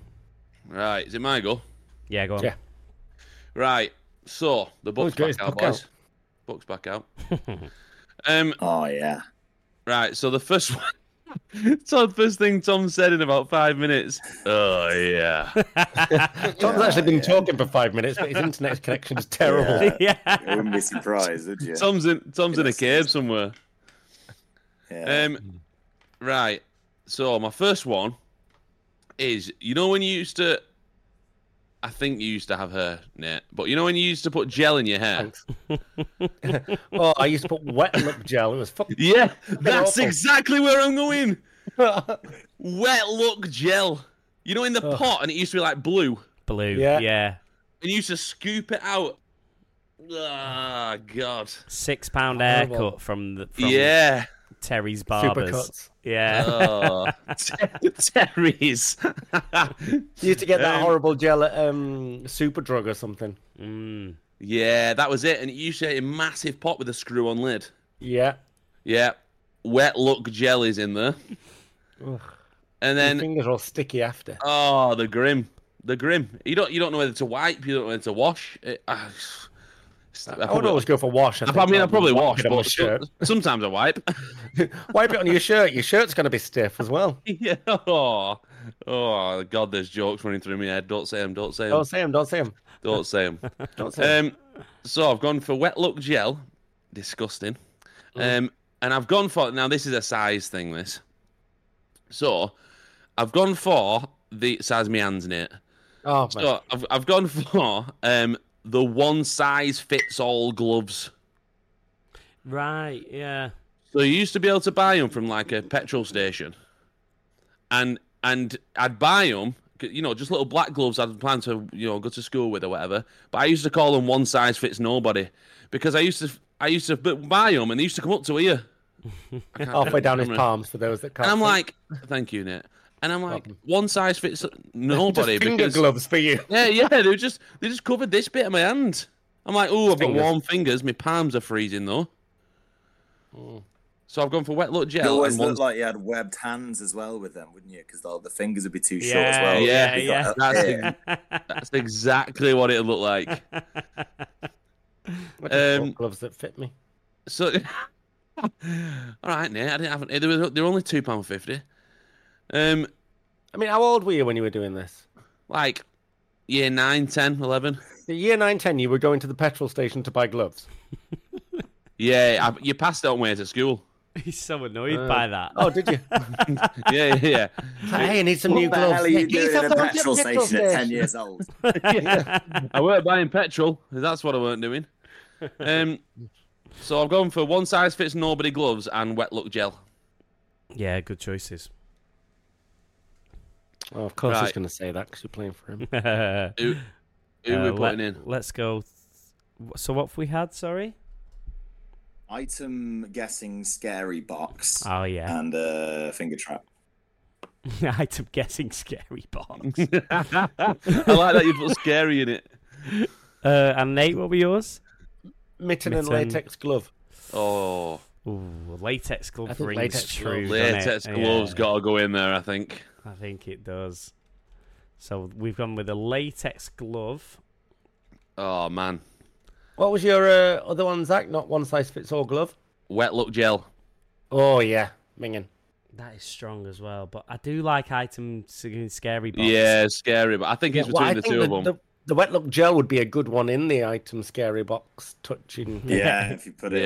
Speaker 2: Right, is it my go?
Speaker 1: yeah. Go on.
Speaker 4: Yeah.
Speaker 2: Right, so the book's
Speaker 4: Okay, it's
Speaker 2: back out,
Speaker 4: back out.
Speaker 2: boys. Book's back out. um,
Speaker 3: Oh yeah.
Speaker 2: right, so the first one. So the first thing Tom said in about five minutes. Oh yeah.
Speaker 4: Tom's actually been talking for five minutes, but his internet connection is terrible.
Speaker 3: Yeah.
Speaker 1: yeah.
Speaker 3: You wouldn't be surprised, would you?
Speaker 2: Tom's in Tom's in a
Speaker 3: Yes.
Speaker 2: cave somewhere.
Speaker 3: Yeah.
Speaker 2: Um, right. So my first one is you know when you used to, I think you used to have hair, Nate. But you know when you used to put gel in your hair.
Speaker 4: Thanks. Oh, I used to put wet lip gel. It was fucking.
Speaker 2: Yeah, that's
Speaker 4: awful.
Speaker 2: exactly where I'm going. Wet look gel. You know in the
Speaker 4: Ugh.
Speaker 2: pot, and it used to be like blue,
Speaker 1: Blue. Yeah.
Speaker 4: Yeah.
Speaker 2: and you used to scoop it out. Ah, God.
Speaker 1: Six pound
Speaker 4: Horrible.
Speaker 1: haircut from the from
Speaker 2: yeah.
Speaker 1: Terry's
Speaker 4: Super
Speaker 1: barbers.
Speaker 4: cuts.
Speaker 1: Yeah.
Speaker 2: Oh, Ter- Terry's.
Speaker 4: You used to get that
Speaker 2: Um,
Speaker 4: horrible gel at um, Superdrug or something.
Speaker 1: mm.
Speaker 2: yeah, that was it. And it used to be a massive pot with a screw on lid.
Speaker 4: Yeah.
Speaker 2: Yeah. Wet look jellies in there.
Speaker 4: Ugh.
Speaker 2: And
Speaker 4: Your
Speaker 2: then
Speaker 4: fingers are all sticky after.
Speaker 2: oh the grim. The grim. You don't you don't know whether to wipe, you don't know whether to wash. It, ah, it's- it's- I,
Speaker 4: I would
Speaker 2: probably-
Speaker 4: always go for wash.
Speaker 2: I
Speaker 4: think,
Speaker 2: probably- I mean, I
Speaker 4: rather
Speaker 2: probably
Speaker 4: than
Speaker 2: wash,
Speaker 4: it on my
Speaker 2: but so-
Speaker 4: shirt.
Speaker 2: sometimes I wipe.
Speaker 4: Wipe it on your shirt. Your shirt's going to be stiff as well.
Speaker 2: yeah. Oh, oh, God, there's jokes running through my head. Don't say them, don't say them,
Speaker 4: Don't say him. Don't say him.
Speaker 2: don't say them.
Speaker 4: Don't say him.
Speaker 2: Um, so I've gone for wet look gel, disgusting. Um, and I've gone for now. This is a size thing. This. So, I've gone for the size of my hands in it.
Speaker 4: Oh, man.
Speaker 2: So I've I've gone for um the one size fits all gloves.
Speaker 1: Right. Yeah.
Speaker 2: So you used to be able to buy them from like a petrol station, and and I'd buy them, you know, just little black gloves I'd plan to you know go to school with or whatever. But I used to call them one size fits nobody because I used to I used to bu- buy them and they used to come up to here. I can't
Speaker 4: halfway
Speaker 2: get
Speaker 4: down his
Speaker 2: camera.
Speaker 4: palms for those that can't.
Speaker 2: And I'm
Speaker 4: see.
Speaker 2: like, thank you, Nate. And I'm like,
Speaker 4: Welcome.
Speaker 2: one size fits
Speaker 4: Just
Speaker 2: nobody
Speaker 4: finger
Speaker 2: because
Speaker 4: gloves for you.
Speaker 2: yeah, yeah, they were just they just covered this bit of my hand. I'm like, oh, I've got
Speaker 4: Fingers.
Speaker 2: warm fingers. My palms are freezing though. So I've gone for wet look
Speaker 3: It
Speaker 2: gel.
Speaker 3: always
Speaker 2: and one-
Speaker 3: looked like you had webbed hands as well with them, wouldn't you? Because the, the fingers would be too short as
Speaker 1: Yeah,
Speaker 3: well.
Speaker 2: yeah,
Speaker 3: You got up
Speaker 2: That's,
Speaker 3: here.
Speaker 2: ex- that's exactly what it looked like.
Speaker 4: I just
Speaker 2: Um,
Speaker 4: bought gloves that fit me.
Speaker 2: So, all right, Nate, I didn't have. They were they were only two pound fifty. Um,
Speaker 4: I mean, how old were you when you were doing this?
Speaker 2: like year nine, ten, eleven.
Speaker 4: The year nine, ten, you were going to the petrol station to buy gloves.
Speaker 2: Yeah, I, you passed out way to school.
Speaker 1: He's so annoyed by that.
Speaker 4: Oh, did you?
Speaker 2: Yeah, yeah,
Speaker 4: hey, I need some new
Speaker 3: What the
Speaker 4: gloves.
Speaker 3: hell are
Speaker 4: Yeah,
Speaker 3: you
Speaker 4: get
Speaker 3: doing
Speaker 4: yourself
Speaker 3: in a
Speaker 4: the right
Speaker 3: petrol
Speaker 4: petrol
Speaker 3: station at 10
Speaker 4: station.
Speaker 3: years old?
Speaker 2: yeah. I weren't buying petrol. That's what I weren't doing. Um, so I've gone for one size fits nobody gloves and wet look gel.
Speaker 1: Yeah. Good choices.
Speaker 4: Oh, of course he's
Speaker 2: Right.
Speaker 4: going to say that because you're playing for him.
Speaker 1: Who
Speaker 2: Who, who
Speaker 1: Uh,
Speaker 2: we putting in?
Speaker 1: Let's go. th- So what have we had? Sorry.
Speaker 3: Item guessing scary box
Speaker 1: Oh yeah.
Speaker 3: and uh, finger trap.
Speaker 1: Item guessing scary box.
Speaker 2: I like that you put scary in it.
Speaker 1: uh, and Nate, what were yours?
Speaker 4: Mitten, and
Speaker 1: Mitten.
Speaker 4: latex glove.
Speaker 2: Oh,
Speaker 1: Ooh, latex glove
Speaker 4: I think
Speaker 1: rings
Speaker 4: latex
Speaker 1: true.
Speaker 4: gloves.
Speaker 1: doesn't it?
Speaker 2: latex gloves
Speaker 1: Yeah,
Speaker 2: got to go in there. I think.
Speaker 1: I think it does. So we've gone with a latex glove.
Speaker 2: Oh man,
Speaker 4: What was your uh, other one, Zach? Not one size fits all glove?
Speaker 2: wet look gel.
Speaker 4: Oh, yeah. Minging.
Speaker 1: That is strong as well, but I do like item s- scary box.
Speaker 2: Yeah, scary. But I think it's
Speaker 4: Yeah, well, I
Speaker 2: between the
Speaker 4: think
Speaker 2: two of them.
Speaker 4: The, the wet look gel would be a good one in the item scary box touching.
Speaker 3: Yeah, if you put it in.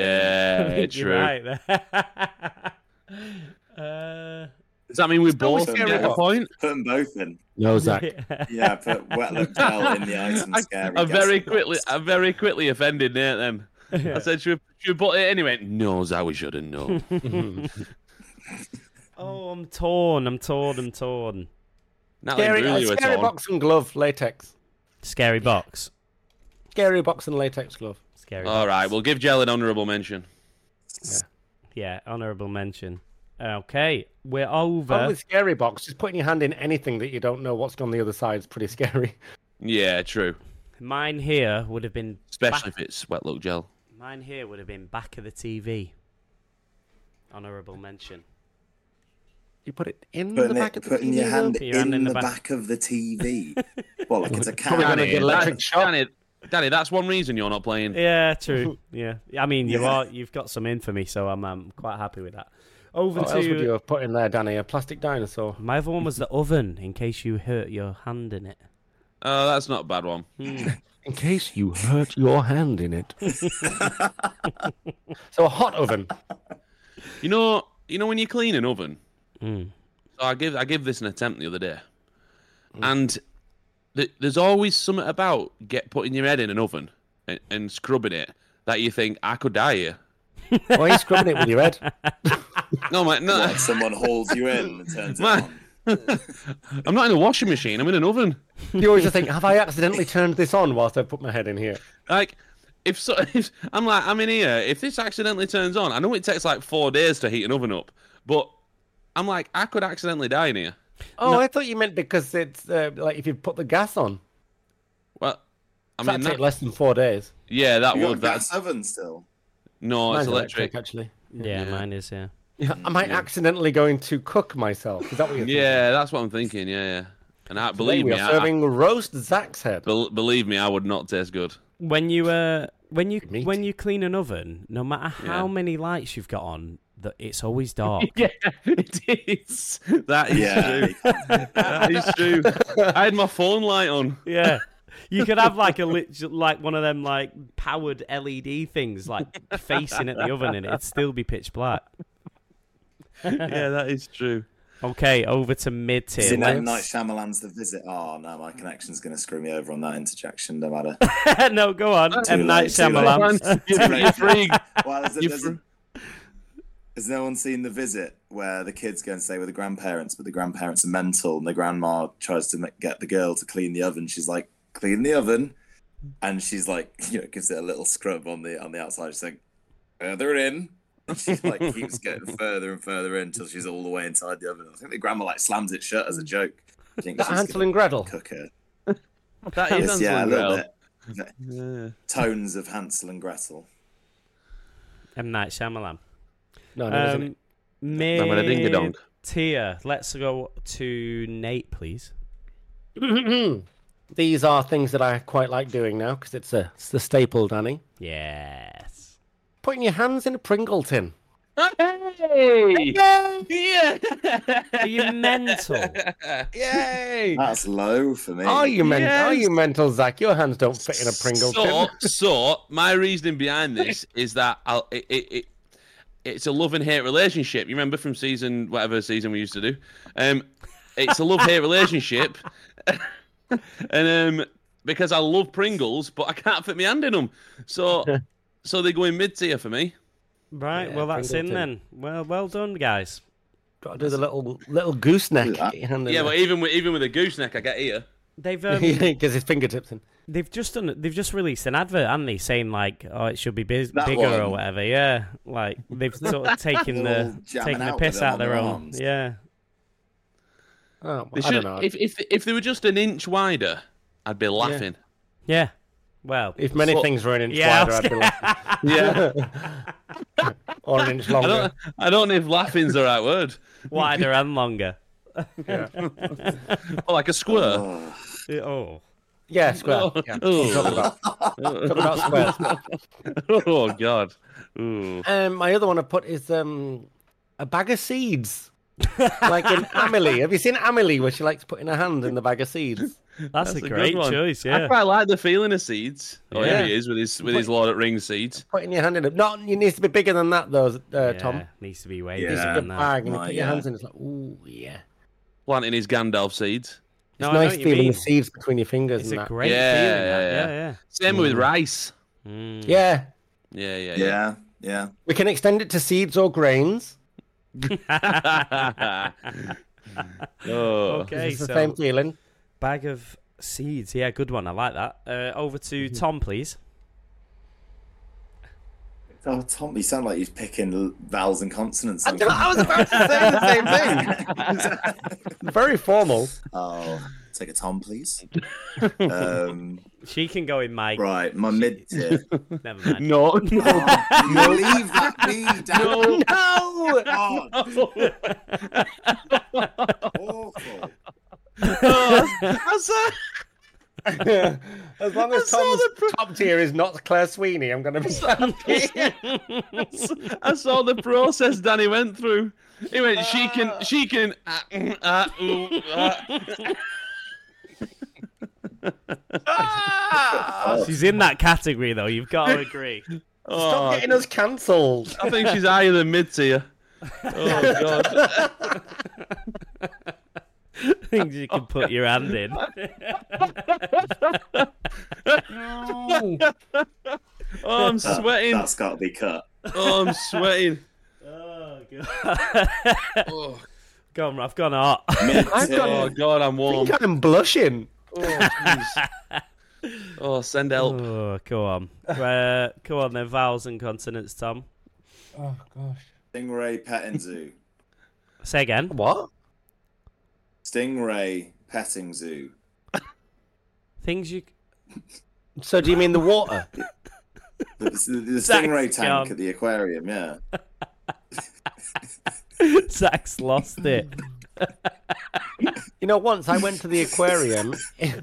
Speaker 2: Yeah,
Speaker 1: You're
Speaker 2: true.
Speaker 1: right there.
Speaker 2: Does that mean we
Speaker 4: Still
Speaker 2: both
Speaker 3: scary
Speaker 2: get a
Speaker 3: box.
Speaker 2: point?
Speaker 3: Put them both in.
Speaker 4: No,
Speaker 1: uh,
Speaker 4: Zach.
Speaker 3: Yeah, put wet look gel in the item
Speaker 2: I,
Speaker 3: scary
Speaker 2: I very
Speaker 3: guessing
Speaker 2: quickly,
Speaker 3: box.
Speaker 2: I very quickly offended Nate. Then
Speaker 1: Yeah.
Speaker 2: I said, "Should we, should we put it anyway?" No, Zach, we shouldn't. No.
Speaker 1: Oh, I'm torn. I'm torn. I'm torn.
Speaker 2: Natalie
Speaker 4: Scary,
Speaker 2: Drew,
Speaker 4: uh,
Speaker 2: you were
Speaker 4: scary
Speaker 2: torn.
Speaker 4: box and glove, latex.
Speaker 1: Scary box.
Speaker 4: Scary box and latex glove.
Speaker 1: Scary.
Speaker 2: All
Speaker 1: box.
Speaker 2: right, we'll give Jell an honourable mention.
Speaker 1: Yeah. Honorable mention. Okay, we're over.
Speaker 4: But with scary box, just putting your hand in anything that you don't know what's on the other side is pretty scary.
Speaker 2: Yeah, true.
Speaker 1: Mine here would have been.
Speaker 2: Especially
Speaker 1: Back,
Speaker 2: if it's wet look gel.
Speaker 1: mine here would have been back of the TV. Honorable mention.
Speaker 4: You put it in the
Speaker 3: Putting,
Speaker 4: back
Speaker 3: it,
Speaker 4: of the
Speaker 3: putting
Speaker 4: TV
Speaker 3: your hand
Speaker 1: Put your hand
Speaker 3: in,
Speaker 1: in the
Speaker 3: the
Speaker 1: back.
Speaker 3: back. of the TV. well, like it's a
Speaker 4: Probably
Speaker 3: cat.
Speaker 4: gonna
Speaker 2: Danny,
Speaker 4: get electric
Speaker 2: that-
Speaker 4: shock.
Speaker 2: Danny, Danny, that's one reason you're not playing.
Speaker 1: Yeah, true. Yeah, I mean, you
Speaker 3: Yeah.
Speaker 1: are. You've got some in for me, so I'm um, quite happy with that. Over
Speaker 4: What else would you
Speaker 1: to
Speaker 4: have put in there, Danny? A plastic dinosaur.
Speaker 1: my other one was the oven, in case you hurt your hand in it.
Speaker 2: Oh, that's not a bad one.
Speaker 4: In case you hurt your hand in it. so a hot oven.
Speaker 2: You know, you know when you clean an oven.
Speaker 4: Hmm.
Speaker 1: Mm.
Speaker 2: So I give I give this an attempt the other day,
Speaker 4: Hmm.
Speaker 2: and th- there's always something about get putting your head in an oven and, and scrubbing it that you think I could die here.
Speaker 4: Why are you scrubbing it with your head?
Speaker 2: No, mate, no,
Speaker 3: Like someone hauls you in and turns it
Speaker 2: Man.
Speaker 3: on.
Speaker 2: I'm not in a washing machine. I'm in an oven.
Speaker 4: You always just think, have I accidentally turned this on whilst I put my head in here?
Speaker 2: Like if so, if I'm like I'm in here. If this accidentally turns on, I know it takes like four days to heat an oven up, but I'm like I could accidentally die in here.
Speaker 4: Oh, I thought you meant because it's uh, like if you put the gas on.
Speaker 2: Well, I
Speaker 4: That'd
Speaker 2: mean,
Speaker 4: take
Speaker 2: that,
Speaker 4: less than four days.
Speaker 2: yeah, that
Speaker 3: You got a
Speaker 2: would. That's
Speaker 3: gas oven still.
Speaker 2: no, Oh, it's
Speaker 4: Mine's
Speaker 2: electric.
Speaker 4: actually.
Speaker 1: Yeah, mine is. Yeah.
Speaker 4: Am I accidentally going to cook myself? Is that what you're thinking?
Speaker 2: Yeah, that's what I'm thinking. Yeah, yeah. And I
Speaker 4: Today
Speaker 2: believe
Speaker 4: we
Speaker 2: me,
Speaker 4: are
Speaker 2: I- I,
Speaker 4: serving roast Zach's head.
Speaker 2: Bel believe me, I would not taste good.
Speaker 1: When you uh, when you
Speaker 4: meat.
Speaker 1: when you clean an oven, no matter how
Speaker 2: Yeah.
Speaker 1: many lights you've got on, that it's always dark.
Speaker 2: Yeah, it is. That is
Speaker 3: Yeah.
Speaker 2: true. That is true. I had my phone light on.
Speaker 1: yeah. You could have like a lit, like one of them like powered LED things like facing at the oven and it'd still be pitch black.
Speaker 2: Yeah, that is true.
Speaker 1: Okay, over to mid tier.
Speaker 3: See, now
Speaker 1: No,
Speaker 3: Night Shyamalan's The Visit. Oh, no, my connection's going to screw me over on that interjection, no matter.
Speaker 1: go on. M
Speaker 3: late,
Speaker 1: Night
Speaker 3: too late.
Speaker 1: Shyamalan.
Speaker 2: You're, you're free.
Speaker 3: Well, there's,
Speaker 2: You
Speaker 3: there's,
Speaker 2: fr-
Speaker 3: has no one seen The Visit where the kids go and stay with the grandparents, but the grandparents are mental and the grandma tries to ma- get the girl to clean the oven. She's like, clean the oven. And she's like, you know, gives it a little scrub on the on the outside. She's like, further in. And she like keeps getting further and further in until she's all the way inside the oven. I think the grandma like slams it shut as a joke. I think
Speaker 4: Is that
Speaker 3: she's
Speaker 4: Hansel
Speaker 3: gonna
Speaker 4: and Gretel.
Speaker 3: cook her.
Speaker 2: That is
Speaker 3: It's- yeah, a
Speaker 2: Hansel
Speaker 3: little
Speaker 2: and
Speaker 3: bit.
Speaker 2: Gretel.
Speaker 3: Tones of Hansel and Gretel.
Speaker 1: M Night Shyamalan.
Speaker 4: No, no, isn't it?
Speaker 1: Um,
Speaker 2: Yeah. I'm gonna ding a
Speaker 1: mid
Speaker 2: dong.
Speaker 1: tier. Let's go to Nate, please.
Speaker 4: Um, These are things that I quite like doing now because it's a it's the staple, Danny.
Speaker 1: Yes.
Speaker 4: Putting your hands in a Pringle tin.
Speaker 2: Hey! Yeah!
Speaker 1: Are you mental?
Speaker 4: Yay!
Speaker 3: That's low for me.
Speaker 4: Are you mental? Are
Speaker 2: Yes.
Speaker 4: you mental, Zach? Your hands don't fit in a Pringle
Speaker 2: So,
Speaker 4: tin.
Speaker 2: so my reasoning behind this is that I'll, it, it, it it's a love and hate relationship. You remember from season whatever season we used to do. Um, it's a love hate relationship, and um, because I love Pringles, but I can't fit my hand in them. So, so they go in mid tier for me.
Speaker 1: Right.
Speaker 4: Yeah,
Speaker 1: well, that's in
Speaker 4: Pringle tin.
Speaker 1: then. Well, well done, guys.
Speaker 4: Got to do the little little gooseneck.
Speaker 3: Do that.
Speaker 2: Yeah, but even with even with a gooseneck, I get here.
Speaker 1: They've um,
Speaker 4: because his fingertips in.
Speaker 1: They've just done. They've just released an advert, haven't they? Saying like, "Oh, it should be biz-
Speaker 3: That
Speaker 1: bigger or
Speaker 3: one.
Speaker 1: whatever." Yeah, like they've sort of taken
Speaker 3: They're all
Speaker 1: the
Speaker 3: jamming
Speaker 1: taken the
Speaker 3: out with
Speaker 1: piss
Speaker 3: them
Speaker 1: out
Speaker 3: on
Speaker 1: their
Speaker 3: their
Speaker 1: own.
Speaker 3: arms.
Speaker 1: Yeah,
Speaker 4: Oh,
Speaker 2: They
Speaker 4: I
Speaker 2: should,
Speaker 4: don't know.
Speaker 2: If,
Speaker 4: If,
Speaker 2: if if they were just an inch wider, I'd be laughing.
Speaker 1: yeah. Well,
Speaker 4: many
Speaker 2: so-
Speaker 4: things were an inch
Speaker 1: Yeah, I
Speaker 4: wider,
Speaker 1: was
Speaker 4: I'd be like,
Speaker 2: Yeah,
Speaker 4: or an inch
Speaker 2: I
Speaker 4: longer.
Speaker 2: don't I don't know if laughing's the right word.
Speaker 1: wider and longer.
Speaker 2: Oh, like a square.
Speaker 1: Uh, Oh,
Speaker 4: Yeah, square.
Speaker 2: Oh,
Speaker 4: Yeah.
Speaker 2: oh,
Speaker 4: Talk about squares.
Speaker 2: oh, god. Ooh.
Speaker 4: Um, my other one I put is um, a bag of seeds. like in Amelie. Have you seen Amelie where she likes putting her hand in the bag of seeds?
Speaker 1: that's, a,
Speaker 2: good
Speaker 1: great
Speaker 2: one.
Speaker 1: choice.
Speaker 2: I
Speaker 1: Yeah,
Speaker 2: quite like the feeling of seeds. Oh,
Speaker 1: Yeah.
Speaker 2: here he is with his with his Lord at Rings seeds.
Speaker 4: Putting your hand in it. Not it needs to be bigger than that though, uh,
Speaker 1: Yeah,
Speaker 4: Tom.
Speaker 1: needs to be way
Speaker 3: Yeah.
Speaker 1: bigger
Speaker 4: It's a
Speaker 1: than
Speaker 4: good
Speaker 1: that.
Speaker 4: bag and you
Speaker 3: Right,
Speaker 4: put your
Speaker 3: yeah.
Speaker 4: hands in it's like, ooh yeah.
Speaker 2: Planting his Gandalf seeds.
Speaker 1: No,
Speaker 4: it's
Speaker 1: I know
Speaker 4: nice
Speaker 1: what you
Speaker 4: feeling
Speaker 1: mean.
Speaker 4: the seeds between your fingers
Speaker 1: It's
Speaker 4: and
Speaker 1: a
Speaker 4: that.
Speaker 1: great
Speaker 2: Yeah,
Speaker 1: feeling.
Speaker 2: yeah,
Speaker 1: that.
Speaker 2: yeah.
Speaker 1: yeah,
Speaker 2: Same with rice.
Speaker 1: yeah. Mm.
Speaker 4: Yeah.
Speaker 2: Yeah, yeah, yeah.
Speaker 3: Yeah, yeah.
Speaker 4: We can extend it to seeds or grains.
Speaker 2: oh.
Speaker 1: Okay,
Speaker 4: it's the
Speaker 1: so
Speaker 4: same feeling.
Speaker 1: bag of seeds. Yeah, good one. I like that. Uh, over to Tom, please.
Speaker 3: Oh, Tom, you sound like you're picking l- vowels and consonants.
Speaker 4: I, I was about to say the same thing. Very formal.
Speaker 3: oh, take a Tom, please. Um,
Speaker 1: She can go in my.
Speaker 3: right, my mid tier.
Speaker 1: Never mind.
Speaker 4: No,
Speaker 3: Oh, you leave that me down.
Speaker 4: no.
Speaker 3: Oh, awful.
Speaker 2: How's that?
Speaker 4: as long as
Speaker 2: I saw
Speaker 4: Tom's
Speaker 2: the pro-
Speaker 4: top tier is not Claire Sweeney, I'm going to be happy.
Speaker 2: I saw the process Danny went through. He went, she can, she can. Uh, mm, uh, ooh, uh. Ah!
Speaker 1: She's in that category though. You've got to agree.
Speaker 2: Oh,
Speaker 4: Stop getting us cancelled.
Speaker 2: I think she's higher than mid tier. Oh god.
Speaker 1: Things you can put your hand in.
Speaker 2: Oh, I'm
Speaker 3: That-
Speaker 2: sweating.
Speaker 3: That's got to be cut.
Speaker 2: Oh, I'm sweating.
Speaker 1: Oh god. Go on, I've gone hot.
Speaker 3: Mid
Speaker 2: Oh
Speaker 3: tier.
Speaker 2: god, I'm warm.
Speaker 4: I'm blushing.
Speaker 2: Oh, jeez. oh send help.
Speaker 1: Oh, go on. Uh, go on then, vowels and consonants, Tom.
Speaker 4: Oh gosh.
Speaker 3: Stingray petting zoo.
Speaker 1: Say again.
Speaker 4: What?
Speaker 3: Stingray petting zoo.
Speaker 1: Things you.
Speaker 4: So do you mean the water?
Speaker 3: The, the, the stingray
Speaker 1: Zach's
Speaker 3: tank
Speaker 1: gone.
Speaker 3: at the aquarium. Yeah.
Speaker 1: Zach's lost it.
Speaker 4: You know, once I went to the aquarium.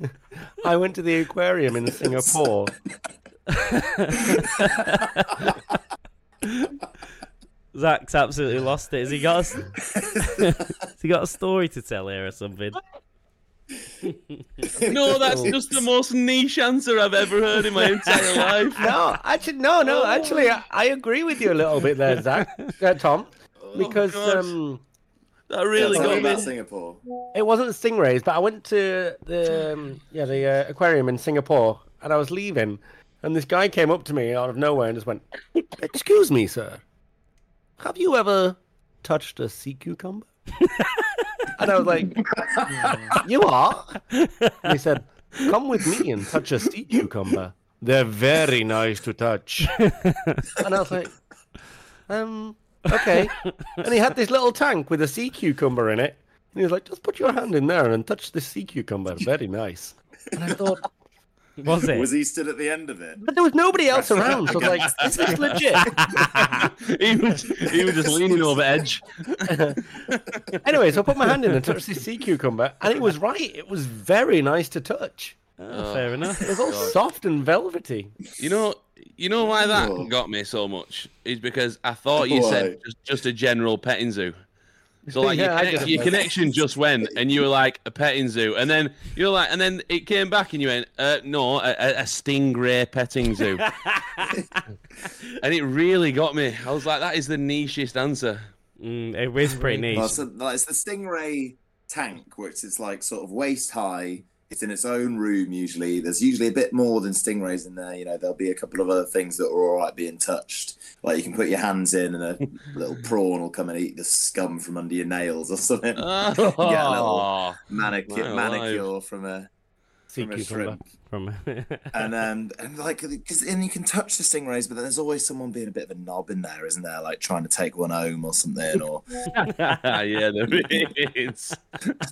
Speaker 4: I went to the aquarium in Singapore.
Speaker 1: Zach's absolutely lost it. Has he got? A... s- Has he got a story to tell here or something?
Speaker 2: No, that's just the most niche answer I've ever heard in my entire life.
Speaker 4: No, actually, no, no. Actually, I, I agree with you a little bit there, Zach, uh, Tom, because
Speaker 2: God.
Speaker 4: um,
Speaker 2: That really
Speaker 3: Tell me
Speaker 2: got
Speaker 3: about
Speaker 2: me.
Speaker 3: Singapore.
Speaker 4: it wasn't stingrays, but I went to the um, yeah the uh, aquarium in Singapore, and I was leaving, and this guy came up to me out of nowhere and just went, "Excuse me, sir, have you ever touched a sea cucumber?" and I was like, "You are." And he said, "Come with me and touch a sea cucumber. They're very nice to touch." and I was like, um, okay. and he had this little tank with a sea cucumber in it. And he was like, just put your hand in there and touch this sea cucumber. Very nice. And I thought,
Speaker 1: Was it?
Speaker 3: Was he stood at the end of it?
Speaker 4: but there was nobody else around. So I was like, this is legit.
Speaker 2: He was, he was just leaning over edge.
Speaker 4: Anyway, so I put my hand in and touched this sea cucumber. And it was right. It was very nice to touch.
Speaker 1: Oh, fair enough.
Speaker 4: It was all soft and velvety.
Speaker 2: You know, you know why that
Speaker 3: Oh.
Speaker 2: got me so much is because I thought you said
Speaker 3: Why?
Speaker 2: just, just a general petting zoo. So like
Speaker 4: Yeah, I
Speaker 2: your,
Speaker 4: did
Speaker 2: connect, your
Speaker 4: that.
Speaker 2: connection just went, and you were like a petting zoo, and then you were like, and then it came back, and you went, uh, no, a, a a stingray petting zoo, and it really got me. I was like, that is the nichest answer.
Speaker 1: Mm, it was pretty
Speaker 3: Well,
Speaker 1: nice.
Speaker 3: so, like, it's the stingray tank, which is like sort of waist high. It's in its own room usually. There's usually a bit more than stingrays in there. You know, there'll be a couple of other things that are all right being touched. Like you can put your hands in, and a little prawn will come and eat the scum from under your nails or something.
Speaker 2: Oh,
Speaker 3: little- Manicure,
Speaker 2: my
Speaker 3: manicure from a
Speaker 4: Sea
Speaker 3: from a
Speaker 4: cucumber.
Speaker 3: shrimp,
Speaker 1: From
Speaker 3: and um, and like because and you can touch the stingrays, but then there's always someone being a bit of a knob in there, isn't there? Like trying to take one home or something, or
Speaker 2: yeah, there is.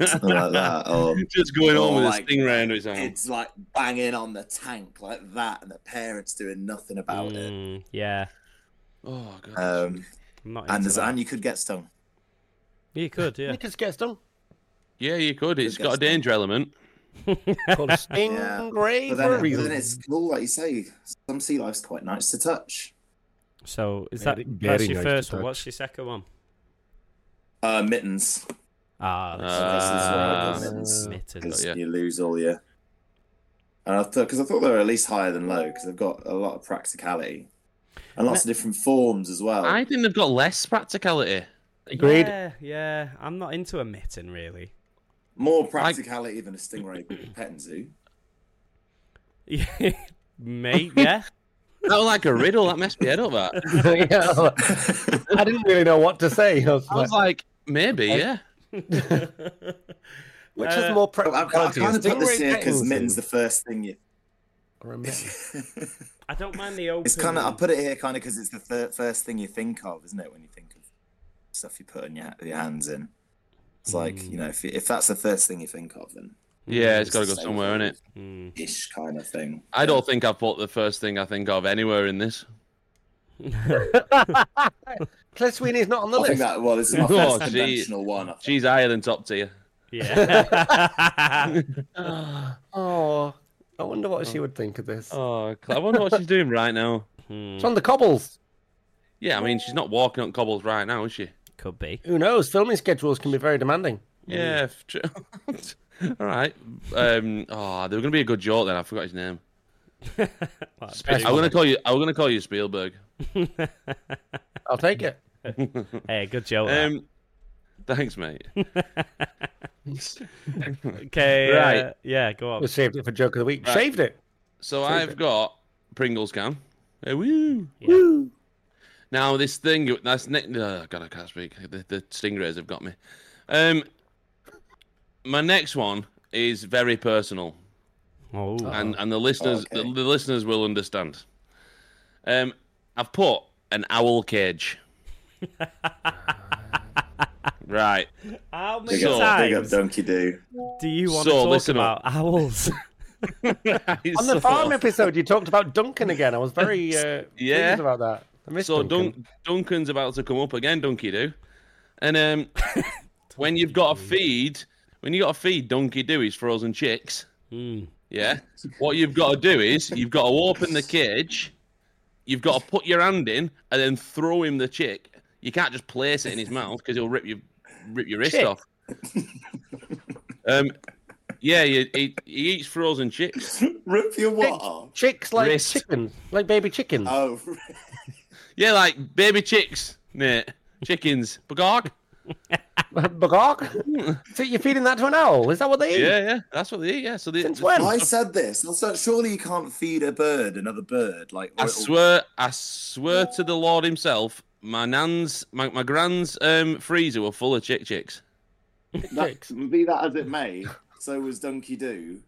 Speaker 3: something like that, or
Speaker 2: Just going
Speaker 3: Oh,
Speaker 2: on with
Speaker 3: like,
Speaker 2: a stingray under his arm.
Speaker 3: kids like banging on the tank like that, and the parents doing nothing about it.
Speaker 1: Mm, yeah.
Speaker 2: Oh god.
Speaker 3: Um,
Speaker 1: I'm not
Speaker 3: and
Speaker 1: into
Speaker 3: there's,
Speaker 1: that.
Speaker 3: and you could get stung.
Speaker 1: You could, yeah.
Speaker 4: It just gets done.
Speaker 2: yeah, you could. It's got a
Speaker 3: disgusting.
Speaker 2: danger element.
Speaker 4: Called stingray
Speaker 3: But
Speaker 4: for
Speaker 3: then, but
Speaker 4: a
Speaker 3: then
Speaker 4: reason.
Speaker 3: it's cool, like you say. Some sea life's quite nice to touch.
Speaker 1: So is that
Speaker 4: Very-
Speaker 1: that's
Speaker 4: very
Speaker 1: your
Speaker 4: nice to
Speaker 1: first one?
Speaker 4: touch.
Speaker 1: What's your second one?
Speaker 3: Uh, mittens,
Speaker 1: Ah, that's
Speaker 3: Uh,
Speaker 2: Ah.
Speaker 1: that's
Speaker 3: Mittens.
Speaker 1: mittens.
Speaker 3: because
Speaker 2: yeah.
Speaker 3: you lose all your. And I thought because I thought they were at least higher than low because they've got a lot of practicality and lots of different forms as well.
Speaker 2: I think they've got less practicality.
Speaker 4: Agreed.
Speaker 1: Yeah, yeah. I'm not into a mitten really.
Speaker 3: More practicality than a stingray pet and zoo.
Speaker 1: Mate, yeah.
Speaker 2: was like a riddle. That messed me head up. That
Speaker 4: Yeah. I didn't really know what to say. I was
Speaker 2: I was
Speaker 4: like,
Speaker 2: like, maybe, yeah.
Speaker 4: which
Speaker 1: uh,
Speaker 4: is more
Speaker 3: I, I
Speaker 4: practicality?
Speaker 3: kind of
Speaker 4: Is
Speaker 3: put this
Speaker 4: stingray
Speaker 3: here because
Speaker 4: getting
Speaker 3: Mitten's the
Speaker 4: things?
Speaker 3: first thing you.
Speaker 4: Or a mitten.
Speaker 1: I don't mind the open.
Speaker 3: It's kind of I put it here kind of because it's the thir- first thing you think of, isn't it? When you think of stuff you put in your, your hands in, it's like you know if, you- if that's the first thing you think of, then
Speaker 2: Mm. Yeah, it's
Speaker 3: it's
Speaker 2: got to
Speaker 3: the
Speaker 2: go
Speaker 3: same
Speaker 2: somewhere,
Speaker 3: thing.
Speaker 2: innit? it?
Speaker 1: Mm.
Speaker 3: ish kind of thing.
Speaker 2: I don't think I've put the first thing I think of anywhere in this.
Speaker 4: Claire Sweeney's not on the
Speaker 3: I think
Speaker 4: list.
Speaker 3: that well, this is my
Speaker 2: Oh,
Speaker 3: first
Speaker 2: gee.
Speaker 3: conventional one. I think.
Speaker 2: She's higher than top tier.
Speaker 1: Yeah.
Speaker 4: Oh, I wonder what she would think of this.
Speaker 2: Oh, I wonder what she's doing right now.
Speaker 4: It's on the cobbles.
Speaker 2: Yeah, I mean, she's not walking on cobbles right now, is she?
Speaker 1: Could be.
Speaker 4: Who knows? Filming schedules can be very demanding.
Speaker 2: Yeah. if tr- All right. Um. Oh, they were gonna be a good joke then. I forgot his name. I'm gonna call you. I'm gonna call you Spielberg.
Speaker 4: I'll take it.
Speaker 1: Hey, good joke. that.
Speaker 2: Um. Thanks, mate.
Speaker 1: okay.
Speaker 2: right.
Speaker 1: uh, yeah. Go on.
Speaker 4: We saved it for joke of the week.
Speaker 2: Right.
Speaker 4: Saved it.
Speaker 2: So I've got Pringles can. Hey, woo.
Speaker 1: Yeah.
Speaker 2: Now this thing. That's ne- oh, God. I can't speak. The, the stingrays have got me. Um. My next one is very personal.
Speaker 1: Oh.
Speaker 4: Uh-huh.
Speaker 2: and and the listeners
Speaker 4: Oh,
Speaker 2: the,
Speaker 3: Okay.
Speaker 2: the listeners will understand. Um, I've put an owl cage. right.
Speaker 1: How many
Speaker 3: Big up, big up
Speaker 1: times
Speaker 3: Donkey Do.
Speaker 1: do you want
Speaker 2: So,
Speaker 1: to talk
Speaker 2: listen
Speaker 1: about
Speaker 2: up.
Speaker 1: owls?
Speaker 4: On the farm episode, you talked about Duncan again. I was very uh,
Speaker 2: Yeah.
Speaker 4: pleased about that. I missed
Speaker 2: So
Speaker 4: Duncan.
Speaker 2: Dun- Duncan's about to come up again, Donkey Do, and um, when you've got to feed, when you got to feed Donkey Do his frozen chicks,
Speaker 1: Mm.
Speaker 2: yeah. What you've got to do is you've got to open the cage, you've got to put your hand in, and then throw him the chick. You can't just place it in his mouth because he'll rip your rip your wrist
Speaker 1: Chick.
Speaker 2: off. um, yeah, he, he, he eats frozen chicks.
Speaker 3: Rip your what? off?
Speaker 4: Chicks like
Speaker 2: Wrist. Uh,
Speaker 4: chickens, like baby chickens.
Speaker 3: Oh,
Speaker 2: Yeah, like baby chicks, Nate. Chickens, bagog.
Speaker 4: Bagog? so you're feeding that to an owl? Is that what they eat?
Speaker 2: Yeah, yeah, that's what they eat. Yeah, so they,
Speaker 4: Since when?
Speaker 3: I said this. I was like, surely you can't feed a bird another bird. Like
Speaker 2: I
Speaker 3: little-
Speaker 2: swear, I swear to the Lord Himself, my nan's, my, my grand's um, freezer were full of chick chicks.
Speaker 4: Chicks.
Speaker 3: That, be that as it may, so was Donkey Do.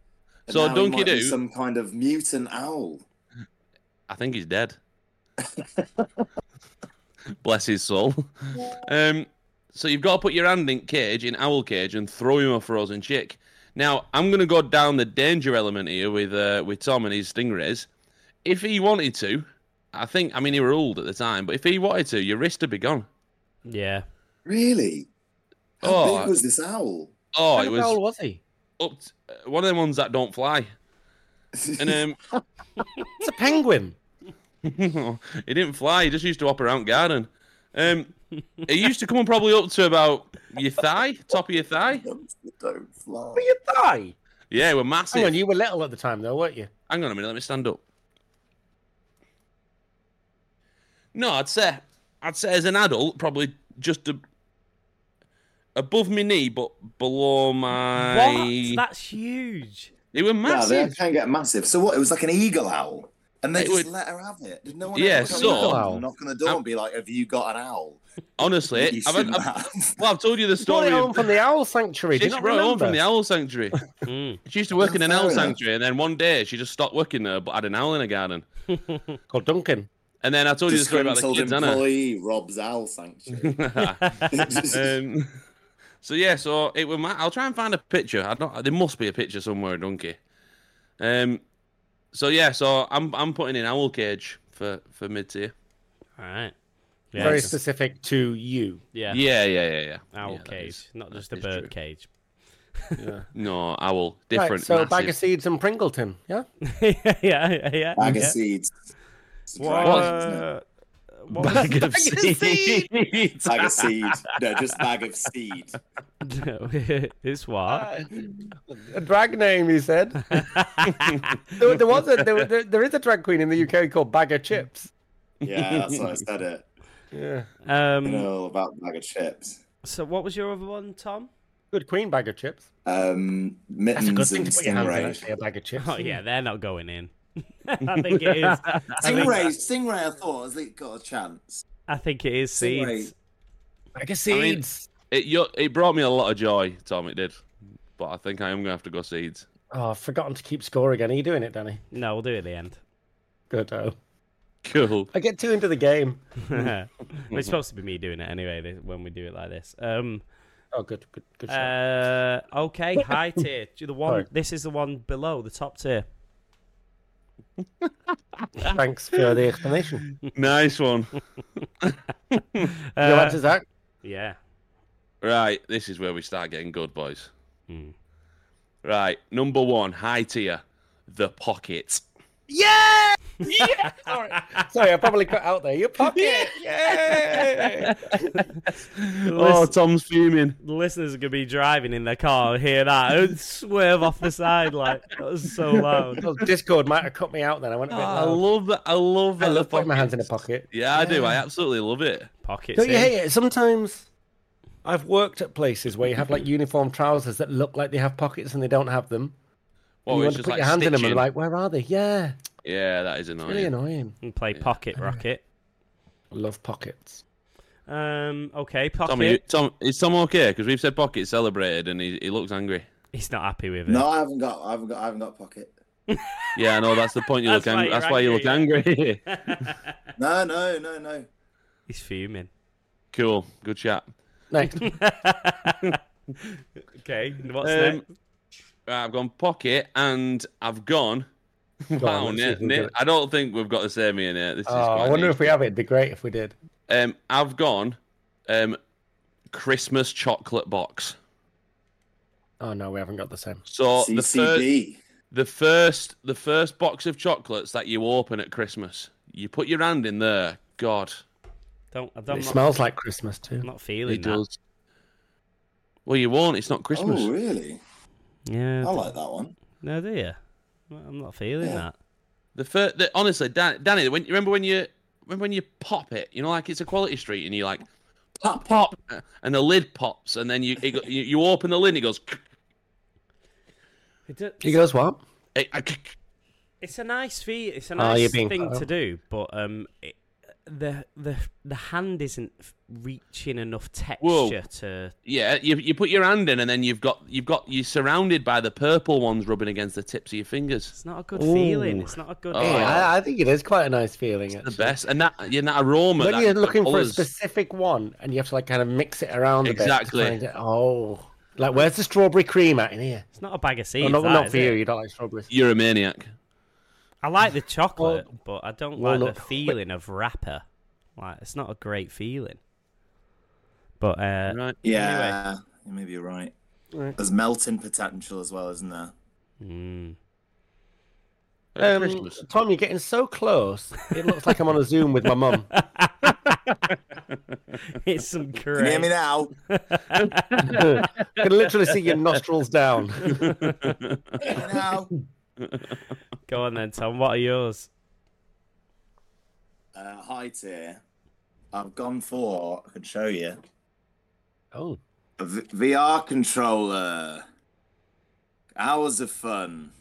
Speaker 3: and
Speaker 2: So
Speaker 3: now he
Speaker 2: Donkey
Speaker 3: might be
Speaker 2: Do-
Speaker 3: some kind of mutant owl.
Speaker 2: I think he's dead. Bless his soul. Um, so you've got to put your hand in cage, in owl cage, and throw him a frozen chick. Now I'm going to go down the danger element here with uh, with Tom and his stingrays. If he wanted to, I think I mean he were old at the time, but if he wanted to, your wrist would be gone.
Speaker 1: Yeah.
Speaker 3: Really? How
Speaker 2: Oh,
Speaker 3: big was this owl?
Speaker 2: oh,
Speaker 4: What
Speaker 2: it
Speaker 4: kind of owl
Speaker 2: was
Speaker 4: was he?
Speaker 2: up t- uh, one of them ones that don't fly, and um,
Speaker 4: It's a penguin.
Speaker 2: he um, didn't fly. He just used to hop around garden. Um, it used to come probably up to about your thigh, top of your thigh.
Speaker 3: Don't fly.
Speaker 4: But you die.
Speaker 2: Yeah, we're massive.
Speaker 4: Hang on, you were little at the time, though, weren't you?
Speaker 2: Hang on a minute, let me stand up. No, I'd say, I'd say as an adult, probably just a, above my knee, but below my.
Speaker 1: What? That's huge.
Speaker 2: They were
Speaker 3: Yeah, they
Speaker 2: massive.
Speaker 3: can get massive. So what? It was like an eagle owl, and they
Speaker 2: It would-
Speaker 3: just let her have it. Did no one
Speaker 2: Yeah,
Speaker 3: ever come
Speaker 2: so-
Speaker 3: around and knock on the door
Speaker 2: I'm-
Speaker 3: and be like, "Have you got an owl?" that
Speaker 2: Honestly,
Speaker 3: you
Speaker 2: I've,
Speaker 3: shouldn't
Speaker 2: I've,
Speaker 3: have?
Speaker 2: well, I've told you the
Speaker 4: You brought
Speaker 2: story.
Speaker 4: it
Speaker 2: of-
Speaker 4: home from the owl sanctuary. Do
Speaker 2: She
Speaker 4: you not
Speaker 2: brought it home
Speaker 4: remember?
Speaker 2: from the owl sanctuary.
Speaker 1: Mm.
Speaker 2: She used to work in an
Speaker 3: Fair
Speaker 2: owl
Speaker 3: enough.
Speaker 2: sanctuary, and then one day she just stopped working there, but had an owl in her garden.
Speaker 4: Called Duncan.
Speaker 2: And then I told you the story about the
Speaker 3: Disgruntled
Speaker 2: kids, didn't I?
Speaker 3: employee robs owl sanctuary.
Speaker 2: um, so yeah, so it was. My, I'll try and find a picture. I don't. There must be a picture somewhere, donkey. Um. So yeah, so I'm I'm putting in owl cage for for mid tier.
Speaker 1: All right.
Speaker 4: Very
Speaker 1: Yeah.
Speaker 4: specific to you.
Speaker 1: Yeah.
Speaker 2: Yeah, yeah, yeah, yeah.
Speaker 1: Owl
Speaker 2: Yeah, that
Speaker 1: cage,
Speaker 2: is-
Speaker 1: not
Speaker 2: that
Speaker 1: just a
Speaker 2: is
Speaker 1: bird
Speaker 2: true.
Speaker 1: cage.
Speaker 2: No, owl. Different.
Speaker 4: right, so a bag of
Speaker 2: massive.
Speaker 4: seeds and Pringleton. Yeah.
Speaker 1: yeah. Yeah. Yeah.
Speaker 3: Bag of
Speaker 1: yeah.
Speaker 3: seeds. It's a
Speaker 1: What?
Speaker 3: dragon, isn't it?
Speaker 1: what was-
Speaker 2: Bag of
Speaker 4: Bag of
Speaker 2: seeds.
Speaker 3: Bag of seed. No, just bag of seed.
Speaker 1: it's what?
Speaker 4: A drag name, he said. there, there was a there, there, there is a drag queen in the UK called Bag of Chips.
Speaker 3: Yeah, that's why I said it.
Speaker 4: Yeah.
Speaker 2: Mm.
Speaker 3: You
Speaker 1: um,
Speaker 3: know all about bag of chips.
Speaker 1: so what was your other one, Tom?
Speaker 4: Good queen bag of chips.
Speaker 3: Um, mittens and
Speaker 4: to put your hands in, actually,
Speaker 3: stingray.
Speaker 4: a bag of chips.
Speaker 1: Oh yeah, they're not going in. I think it is. I think,
Speaker 3: Stingray, Stingray, I thought has it got a chance?
Speaker 1: I think it is seeds.
Speaker 3: Stingray,
Speaker 4: I guess
Speaker 2: mean-
Speaker 4: seeds.
Speaker 2: It yo it brought me a lot of joy, Tom. It did, but I think I am gonna have to go seeds.
Speaker 4: Oh, I've forgotten to keep score again. Are you doing it, Danny?
Speaker 1: No, we'll do it at the end.
Speaker 4: Good. Oh.
Speaker 2: Cool.
Speaker 4: I get too into the game.
Speaker 1: it's supposed to be me doing it anyway th- when we do it like this. Um,
Speaker 4: Oh, good, good, good. shot.
Speaker 1: uh, okay, high tier. Do The one.
Speaker 4: Sorry.
Speaker 1: This is the one below the top tier.
Speaker 4: Thanks for the explanation.
Speaker 2: nice one.
Speaker 4: Your
Speaker 1: Uh,
Speaker 4: answer, Zach.
Speaker 1: Yeah.
Speaker 2: Right, this is where we start getting good, boys. Hmm. Right, number one, high tier, the pocket.
Speaker 4: Sorry. Sorry, I probably cut out there. Your pocket. Yeah.
Speaker 2: Oh, Tom's fuming.
Speaker 1: The listeners are gonna be driving in their car and hear that and swerve off the side like that was so loud.
Speaker 4: Oh, Discord might have cut me out then. I went a bit
Speaker 2: I
Speaker 4: loud.
Speaker 2: love that. I love
Speaker 4: Oh, I
Speaker 2: that.
Speaker 4: love
Speaker 2: the
Speaker 4: putting my hands in a
Speaker 2: pockets.
Speaker 4: pocket.
Speaker 2: Yeah, I do. I absolutely love it.
Speaker 1: Pockets.
Speaker 4: Don't you
Speaker 1: in.
Speaker 4: hate it? Sometimes I've worked at places where you have like uniform trousers that look like they have pockets and they don't have them.
Speaker 2: Well,
Speaker 4: and you
Speaker 2: it's
Speaker 4: want to
Speaker 2: just
Speaker 4: put
Speaker 2: like
Speaker 4: your hands in them and
Speaker 2: stitching.
Speaker 4: like, where are they? Yeah.
Speaker 2: yeah, that is annoying.
Speaker 4: Really annoying.
Speaker 1: And play pocket rocket.
Speaker 4: Love pockets.
Speaker 1: Um. Okay. Pocket.
Speaker 2: Tom, are you, Tom, is Tom okay? Because we've said pocket celebrated and he, he looks angry.
Speaker 1: He's not happy with it.
Speaker 3: No, I haven't got. I haven't got. I haven't got pocket.
Speaker 2: Yeah, I know. That's the point. You
Speaker 1: That's
Speaker 2: look.
Speaker 1: why
Speaker 2: Ang-
Speaker 1: you're
Speaker 2: that's why you look angry.
Speaker 3: No, no, no, no.
Speaker 1: He's fuming.
Speaker 2: cool. Good chat.
Speaker 4: Next.
Speaker 1: Okay. What's
Speaker 2: Um,
Speaker 1: next?
Speaker 2: Right, I've gone pocket and I've gone. wow,
Speaker 4: let's see
Speaker 2: Nick,
Speaker 4: if we
Speaker 2: Nick-
Speaker 4: get it.
Speaker 2: I don't think we've got the same here. Nick. This is
Speaker 4: Oh,
Speaker 2: quite
Speaker 4: I wonder
Speaker 2: neat.
Speaker 4: if we have it. It'd be great if we did.
Speaker 2: Um, I've gone um, Christmas chocolate box.
Speaker 4: Oh, no, we haven't got the same.
Speaker 2: So the first,
Speaker 3: CCB.
Speaker 2: the first, the first box of chocolates that you open at Christmas, you put your hand in there. God,
Speaker 1: Don't. I don't.
Speaker 4: it
Speaker 1: I'm not,
Speaker 4: smells like Christmas, too.
Speaker 1: I'm not feeling
Speaker 2: it
Speaker 1: that.
Speaker 2: does. Well, you won't. It's not Christmas.
Speaker 3: Oh, really?
Speaker 1: Yeah.
Speaker 3: I like that one.
Speaker 1: No, do you? Well, I'm not feeling
Speaker 3: Yeah.
Speaker 1: that.
Speaker 2: The first, the, honestly, Dan, Danny, when, remember when you remember when you pop it, you know, like it's a quality street, and you like pop, pop, and the lid pops, and then you it, go- you, you open the lid, and it goes.
Speaker 1: It do-
Speaker 4: He
Speaker 1: it's,
Speaker 4: goes, what?
Speaker 1: it's a nice fee. It's a
Speaker 4: Oh, you're
Speaker 1: nice
Speaker 4: being
Speaker 1: thing to
Speaker 4: clever.
Speaker 1: do, but um, it, the the the hand isn't f- reaching enough texture
Speaker 2: Whoa.
Speaker 1: to.
Speaker 2: Yeah, you, you put your hand in, and then you've got you've got you're surrounded by the purple ones rubbing against the tips of your fingers.
Speaker 1: It's not a good feeling.
Speaker 4: Ooh. Ah.
Speaker 1: It's not a good.
Speaker 2: Oh,
Speaker 4: Yeah,
Speaker 1: feeling.
Speaker 4: I, I think it is quite a nice feeling.
Speaker 2: The
Speaker 4: actually.
Speaker 2: best, and that yeah, that aroma.
Speaker 4: When
Speaker 2: that,
Speaker 4: you're
Speaker 2: the
Speaker 4: looking for a
Speaker 2: colours.
Speaker 4: specific one and you have to like kind of mix it around a
Speaker 2: Exactly.
Speaker 4: bit. to find it. Oh, like where's the strawberry cream at in here?
Speaker 1: It's not a bag of
Speaker 4: Oh,
Speaker 1: seeds.
Speaker 4: not,
Speaker 1: that,
Speaker 4: not
Speaker 1: is
Speaker 4: for
Speaker 1: it?
Speaker 4: you. You don't like strawberries.
Speaker 2: You're a maniac.
Speaker 1: I like the chocolate, but I don't like
Speaker 4: walnut-
Speaker 1: the feeling of wrapper. Like it's not a great feeling. But uh,
Speaker 2: Right.
Speaker 3: Yeah, maybe you're right.
Speaker 4: Right.
Speaker 3: There's melting potential as well, isn't there?
Speaker 1: mm,
Speaker 2: At
Speaker 4: Um,
Speaker 2: Christmas.
Speaker 4: Tom, you're getting so close. It looks like I'm on a Zoom with my mum.
Speaker 1: it's some
Speaker 3: Can you hear me
Speaker 1: great.
Speaker 3: now?
Speaker 4: I can literally see your nostrils down.
Speaker 3: Hear me now?
Speaker 1: Go on then, Tom. What are yours?
Speaker 3: Uh, hi, tier. I've gone for. I can show you
Speaker 4: Oh,
Speaker 3: a v- VR controller. Hours of fun.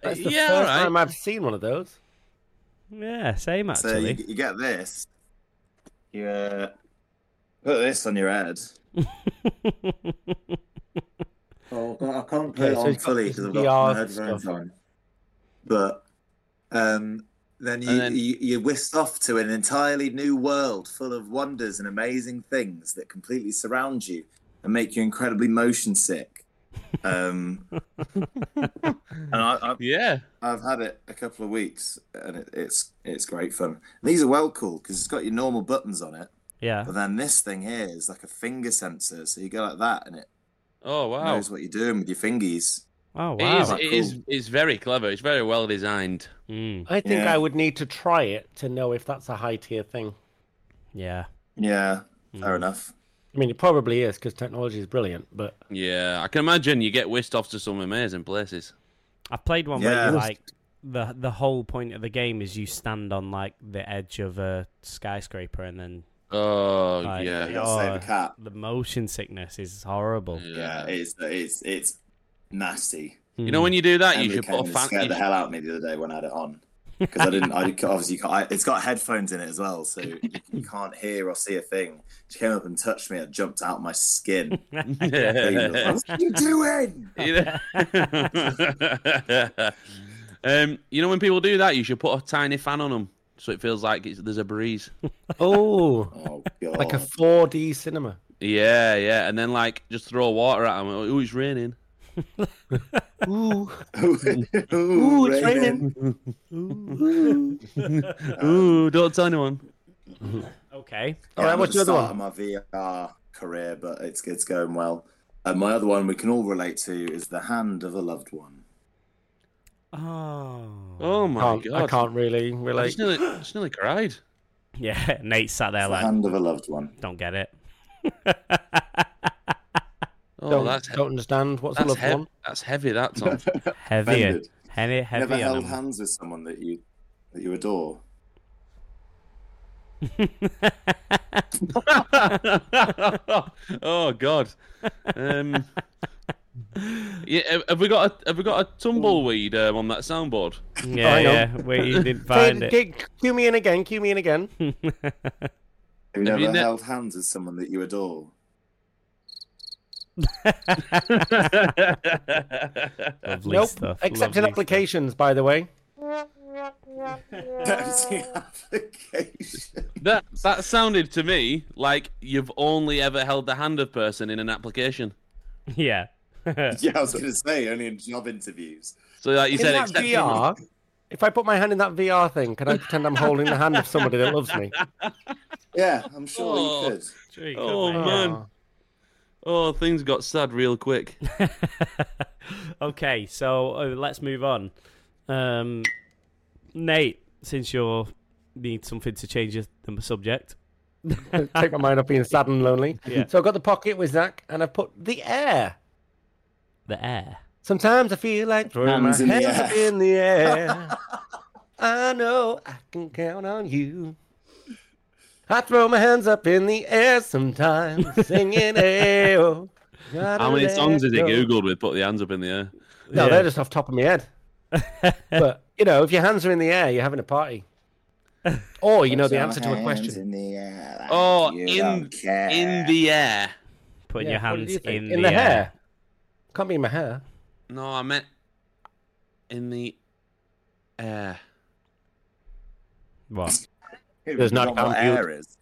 Speaker 4: that's the
Speaker 2: Yeah,
Speaker 4: first
Speaker 2: alright.
Speaker 4: time I've seen one of those.
Speaker 1: Yeah, same
Speaker 3: So
Speaker 1: actually.
Speaker 3: you, you get this. You uh, put this on your head. Oh, I can't put
Speaker 4: Okay,
Speaker 3: it
Speaker 4: so
Speaker 3: on
Speaker 4: it's got
Speaker 3: fully
Speaker 4: this
Speaker 3: because I've got my
Speaker 4: VR
Speaker 3: headphones
Speaker 4: stuff.
Speaker 3: on. But um, then, you,
Speaker 2: And then-
Speaker 3: you you're whisked off to an entirely new world full of wonders and amazing things that completely surround you and make you incredibly motion sick. Um, and I, I,
Speaker 2: Yeah.
Speaker 3: I've had it a couple of weeks, and it, it's it's great fun. These are well cool because it's got your normal buttons on it,
Speaker 1: yeah.
Speaker 3: but then this thing here is like a finger sensor, so you go like that, and it
Speaker 2: Oh wow.
Speaker 3: knows what you're doing with your fingers.
Speaker 1: Oh
Speaker 2: It is.
Speaker 1: wow.
Speaker 3: Wow.
Speaker 2: It is. It's very clever. It's very well designed.
Speaker 1: Mm,
Speaker 4: I think
Speaker 3: Yeah.
Speaker 4: I would need to try it to know if that's a high tier thing.
Speaker 1: yeah.
Speaker 3: Yeah, fair enough.
Speaker 4: I mean, it probably is because technology is brilliant, but
Speaker 2: Yeah, I can imagine you get whisked off to some amazing places.
Speaker 1: I've played one where
Speaker 3: Yeah.
Speaker 1: you like the the whole point of the game is you stand on like the edge of a skyscraper and then
Speaker 2: Oh
Speaker 1: Like,
Speaker 2: yeah.
Speaker 1: yeah.
Speaker 3: Gotta save
Speaker 1: Oh.
Speaker 3: the cat.
Speaker 2: Mm.
Speaker 1: the motion sickness is horrible.
Speaker 3: Yeah, it's it's it's nasty.
Speaker 2: You know when you do that, you
Speaker 3: Emily
Speaker 2: should
Speaker 3: came
Speaker 2: put a
Speaker 3: and scared
Speaker 2: fan.
Speaker 3: the hell out of me the other day when I had it on because I didn't. I obviously can't, I, it's got headphones in it as well, so you, you can't hear or see a thing. She came up and touched me. I jumped out of my skin. what are you doing?
Speaker 2: You know- um, you know when people do that, you should put a tiny fan on them so it feels like it's, there's a breeze.
Speaker 4: Oh,
Speaker 3: Oh god!
Speaker 4: like a 4D cinema.
Speaker 2: Yeah, yeah, and then like just throw water at them. Oh, it's raining. Oh
Speaker 4: Ooh,
Speaker 3: Ooh,
Speaker 4: ooh, it's raining.
Speaker 2: Ooh, don't tell anyone.
Speaker 1: Okay.
Speaker 3: Yeah,
Speaker 4: All right,
Speaker 3: I'm
Speaker 4: what's
Speaker 3: at
Speaker 4: your
Speaker 3: the
Speaker 4: other
Speaker 3: start Of my VR career, but it's it's going well. Uh, my other one we can all relate to is the hand of a loved one.
Speaker 1: Oh.
Speaker 2: Oh my
Speaker 4: Can't,
Speaker 2: god,
Speaker 4: I can't really
Speaker 2: I
Speaker 4: relate.
Speaker 2: just nearly, just nearly cried.
Speaker 1: Yeah, Nate sat there
Speaker 3: The
Speaker 1: like,
Speaker 3: hand of a loved one.
Speaker 1: don't get it.
Speaker 2: Oh,
Speaker 4: Don't,
Speaker 2: that's
Speaker 4: don't understand. What's the
Speaker 2: that's,
Speaker 4: loved
Speaker 2: heavy.
Speaker 4: one?
Speaker 2: that's heavy. That Tom.
Speaker 1: Heavier.
Speaker 3: Offended.
Speaker 1: Heavy, heavy
Speaker 3: Never held
Speaker 1: on him.
Speaker 3: hands with someone that you that you adore.
Speaker 2: oh god. Um, yeah, have- have we got a have we got a tumbleweed um, on that soundboard?
Speaker 1: Yeah,
Speaker 4: hang on.
Speaker 1: yeah. We didn't
Speaker 4: Say-
Speaker 1: find it.
Speaker 4: g- Cue me in again. Cue me in again.
Speaker 3: Have you
Speaker 2: Have
Speaker 3: never
Speaker 2: you ne-
Speaker 3: held hands with someone that you adore?
Speaker 1: Lovely
Speaker 4: Nope.
Speaker 1: stuff.
Speaker 4: Accepting
Speaker 1: lovely stuff.
Speaker 4: applications, by the way.
Speaker 3: Accepting application.
Speaker 2: that that sounded to me like you've only ever held the hand of person in an application.
Speaker 1: Yeah.
Speaker 3: Yeah, I was going to say only in job interviews.
Speaker 2: So like you
Speaker 4: In
Speaker 2: said,
Speaker 4: that
Speaker 2: accepting-
Speaker 4: VR, if I put my hand in that VR thing, can I pretend I'm holding the hand of somebody that loves me?
Speaker 3: Yeah, I'm sure
Speaker 2: Oh.
Speaker 3: you could.
Speaker 1: Sure you could,
Speaker 2: Oh,
Speaker 1: mate.
Speaker 2: man.
Speaker 4: Oh.
Speaker 2: Oh, things got sad real quick.
Speaker 1: okay, so uh, let's move on. Um, Nate, since you're need something to change your- the subject.
Speaker 4: take my mind off being sad and lonely.
Speaker 1: Yeah.
Speaker 4: So I've got the pocket with Zach, and I've put the air.
Speaker 1: The air.
Speaker 4: Sometimes I feel like throwing my
Speaker 3: Hands in the
Speaker 4: hands up
Speaker 3: air.
Speaker 4: in the air. I know I can count on you. I throw my hands up in the air sometimes, singing oh, "Ayo."
Speaker 2: How many songs is it googled with? Put the hands up in the air.
Speaker 4: No,
Speaker 1: Yeah.
Speaker 4: they're just off top of my head. but you know, if your hands are in the air, you're having a party. Or you know the
Speaker 3: Your
Speaker 4: answer to a
Speaker 3: hands
Speaker 4: question.
Speaker 3: In the air, like
Speaker 2: Oh,
Speaker 3: you
Speaker 2: in
Speaker 3: don't care.
Speaker 2: in the air.
Speaker 1: Putting
Speaker 4: Yeah,
Speaker 1: your
Speaker 4: what did
Speaker 1: hands
Speaker 4: you think?
Speaker 1: in,
Speaker 4: in the hair. Can't be in my hair.
Speaker 2: No, I meant in the air.
Speaker 1: What?
Speaker 3: Hey,
Speaker 4: There's
Speaker 3: you
Speaker 4: not
Speaker 3: know what
Speaker 4: compute.
Speaker 3: air is.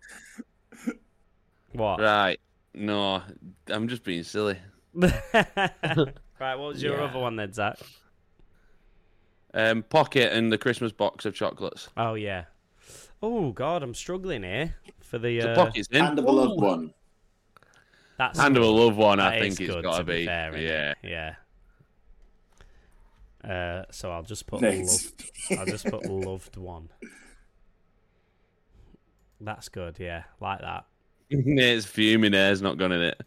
Speaker 1: What?
Speaker 2: Right. No, I'm just being silly.
Speaker 1: right, what was your
Speaker 4: Yeah.
Speaker 1: other one then, Zach?
Speaker 2: Um, pocket and the Christmas box of chocolates.
Speaker 1: Oh yeah. Oh god, I'm struggling here for the
Speaker 2: So
Speaker 1: uh,
Speaker 2: pockets in.
Speaker 3: Hand of a loved one.
Speaker 1: That's
Speaker 2: Hand of a loved one.
Speaker 1: that
Speaker 2: I think
Speaker 1: is
Speaker 2: it's
Speaker 1: good,
Speaker 2: got
Speaker 1: to
Speaker 2: to be.
Speaker 1: fair,
Speaker 2: yeah.
Speaker 1: innit? yeah. Uh, so I'll just put
Speaker 3: Thanks.
Speaker 1: love. I'll just put loved one. That's good, yeah, like that.
Speaker 2: Nate's fuming. Air's not gone in it.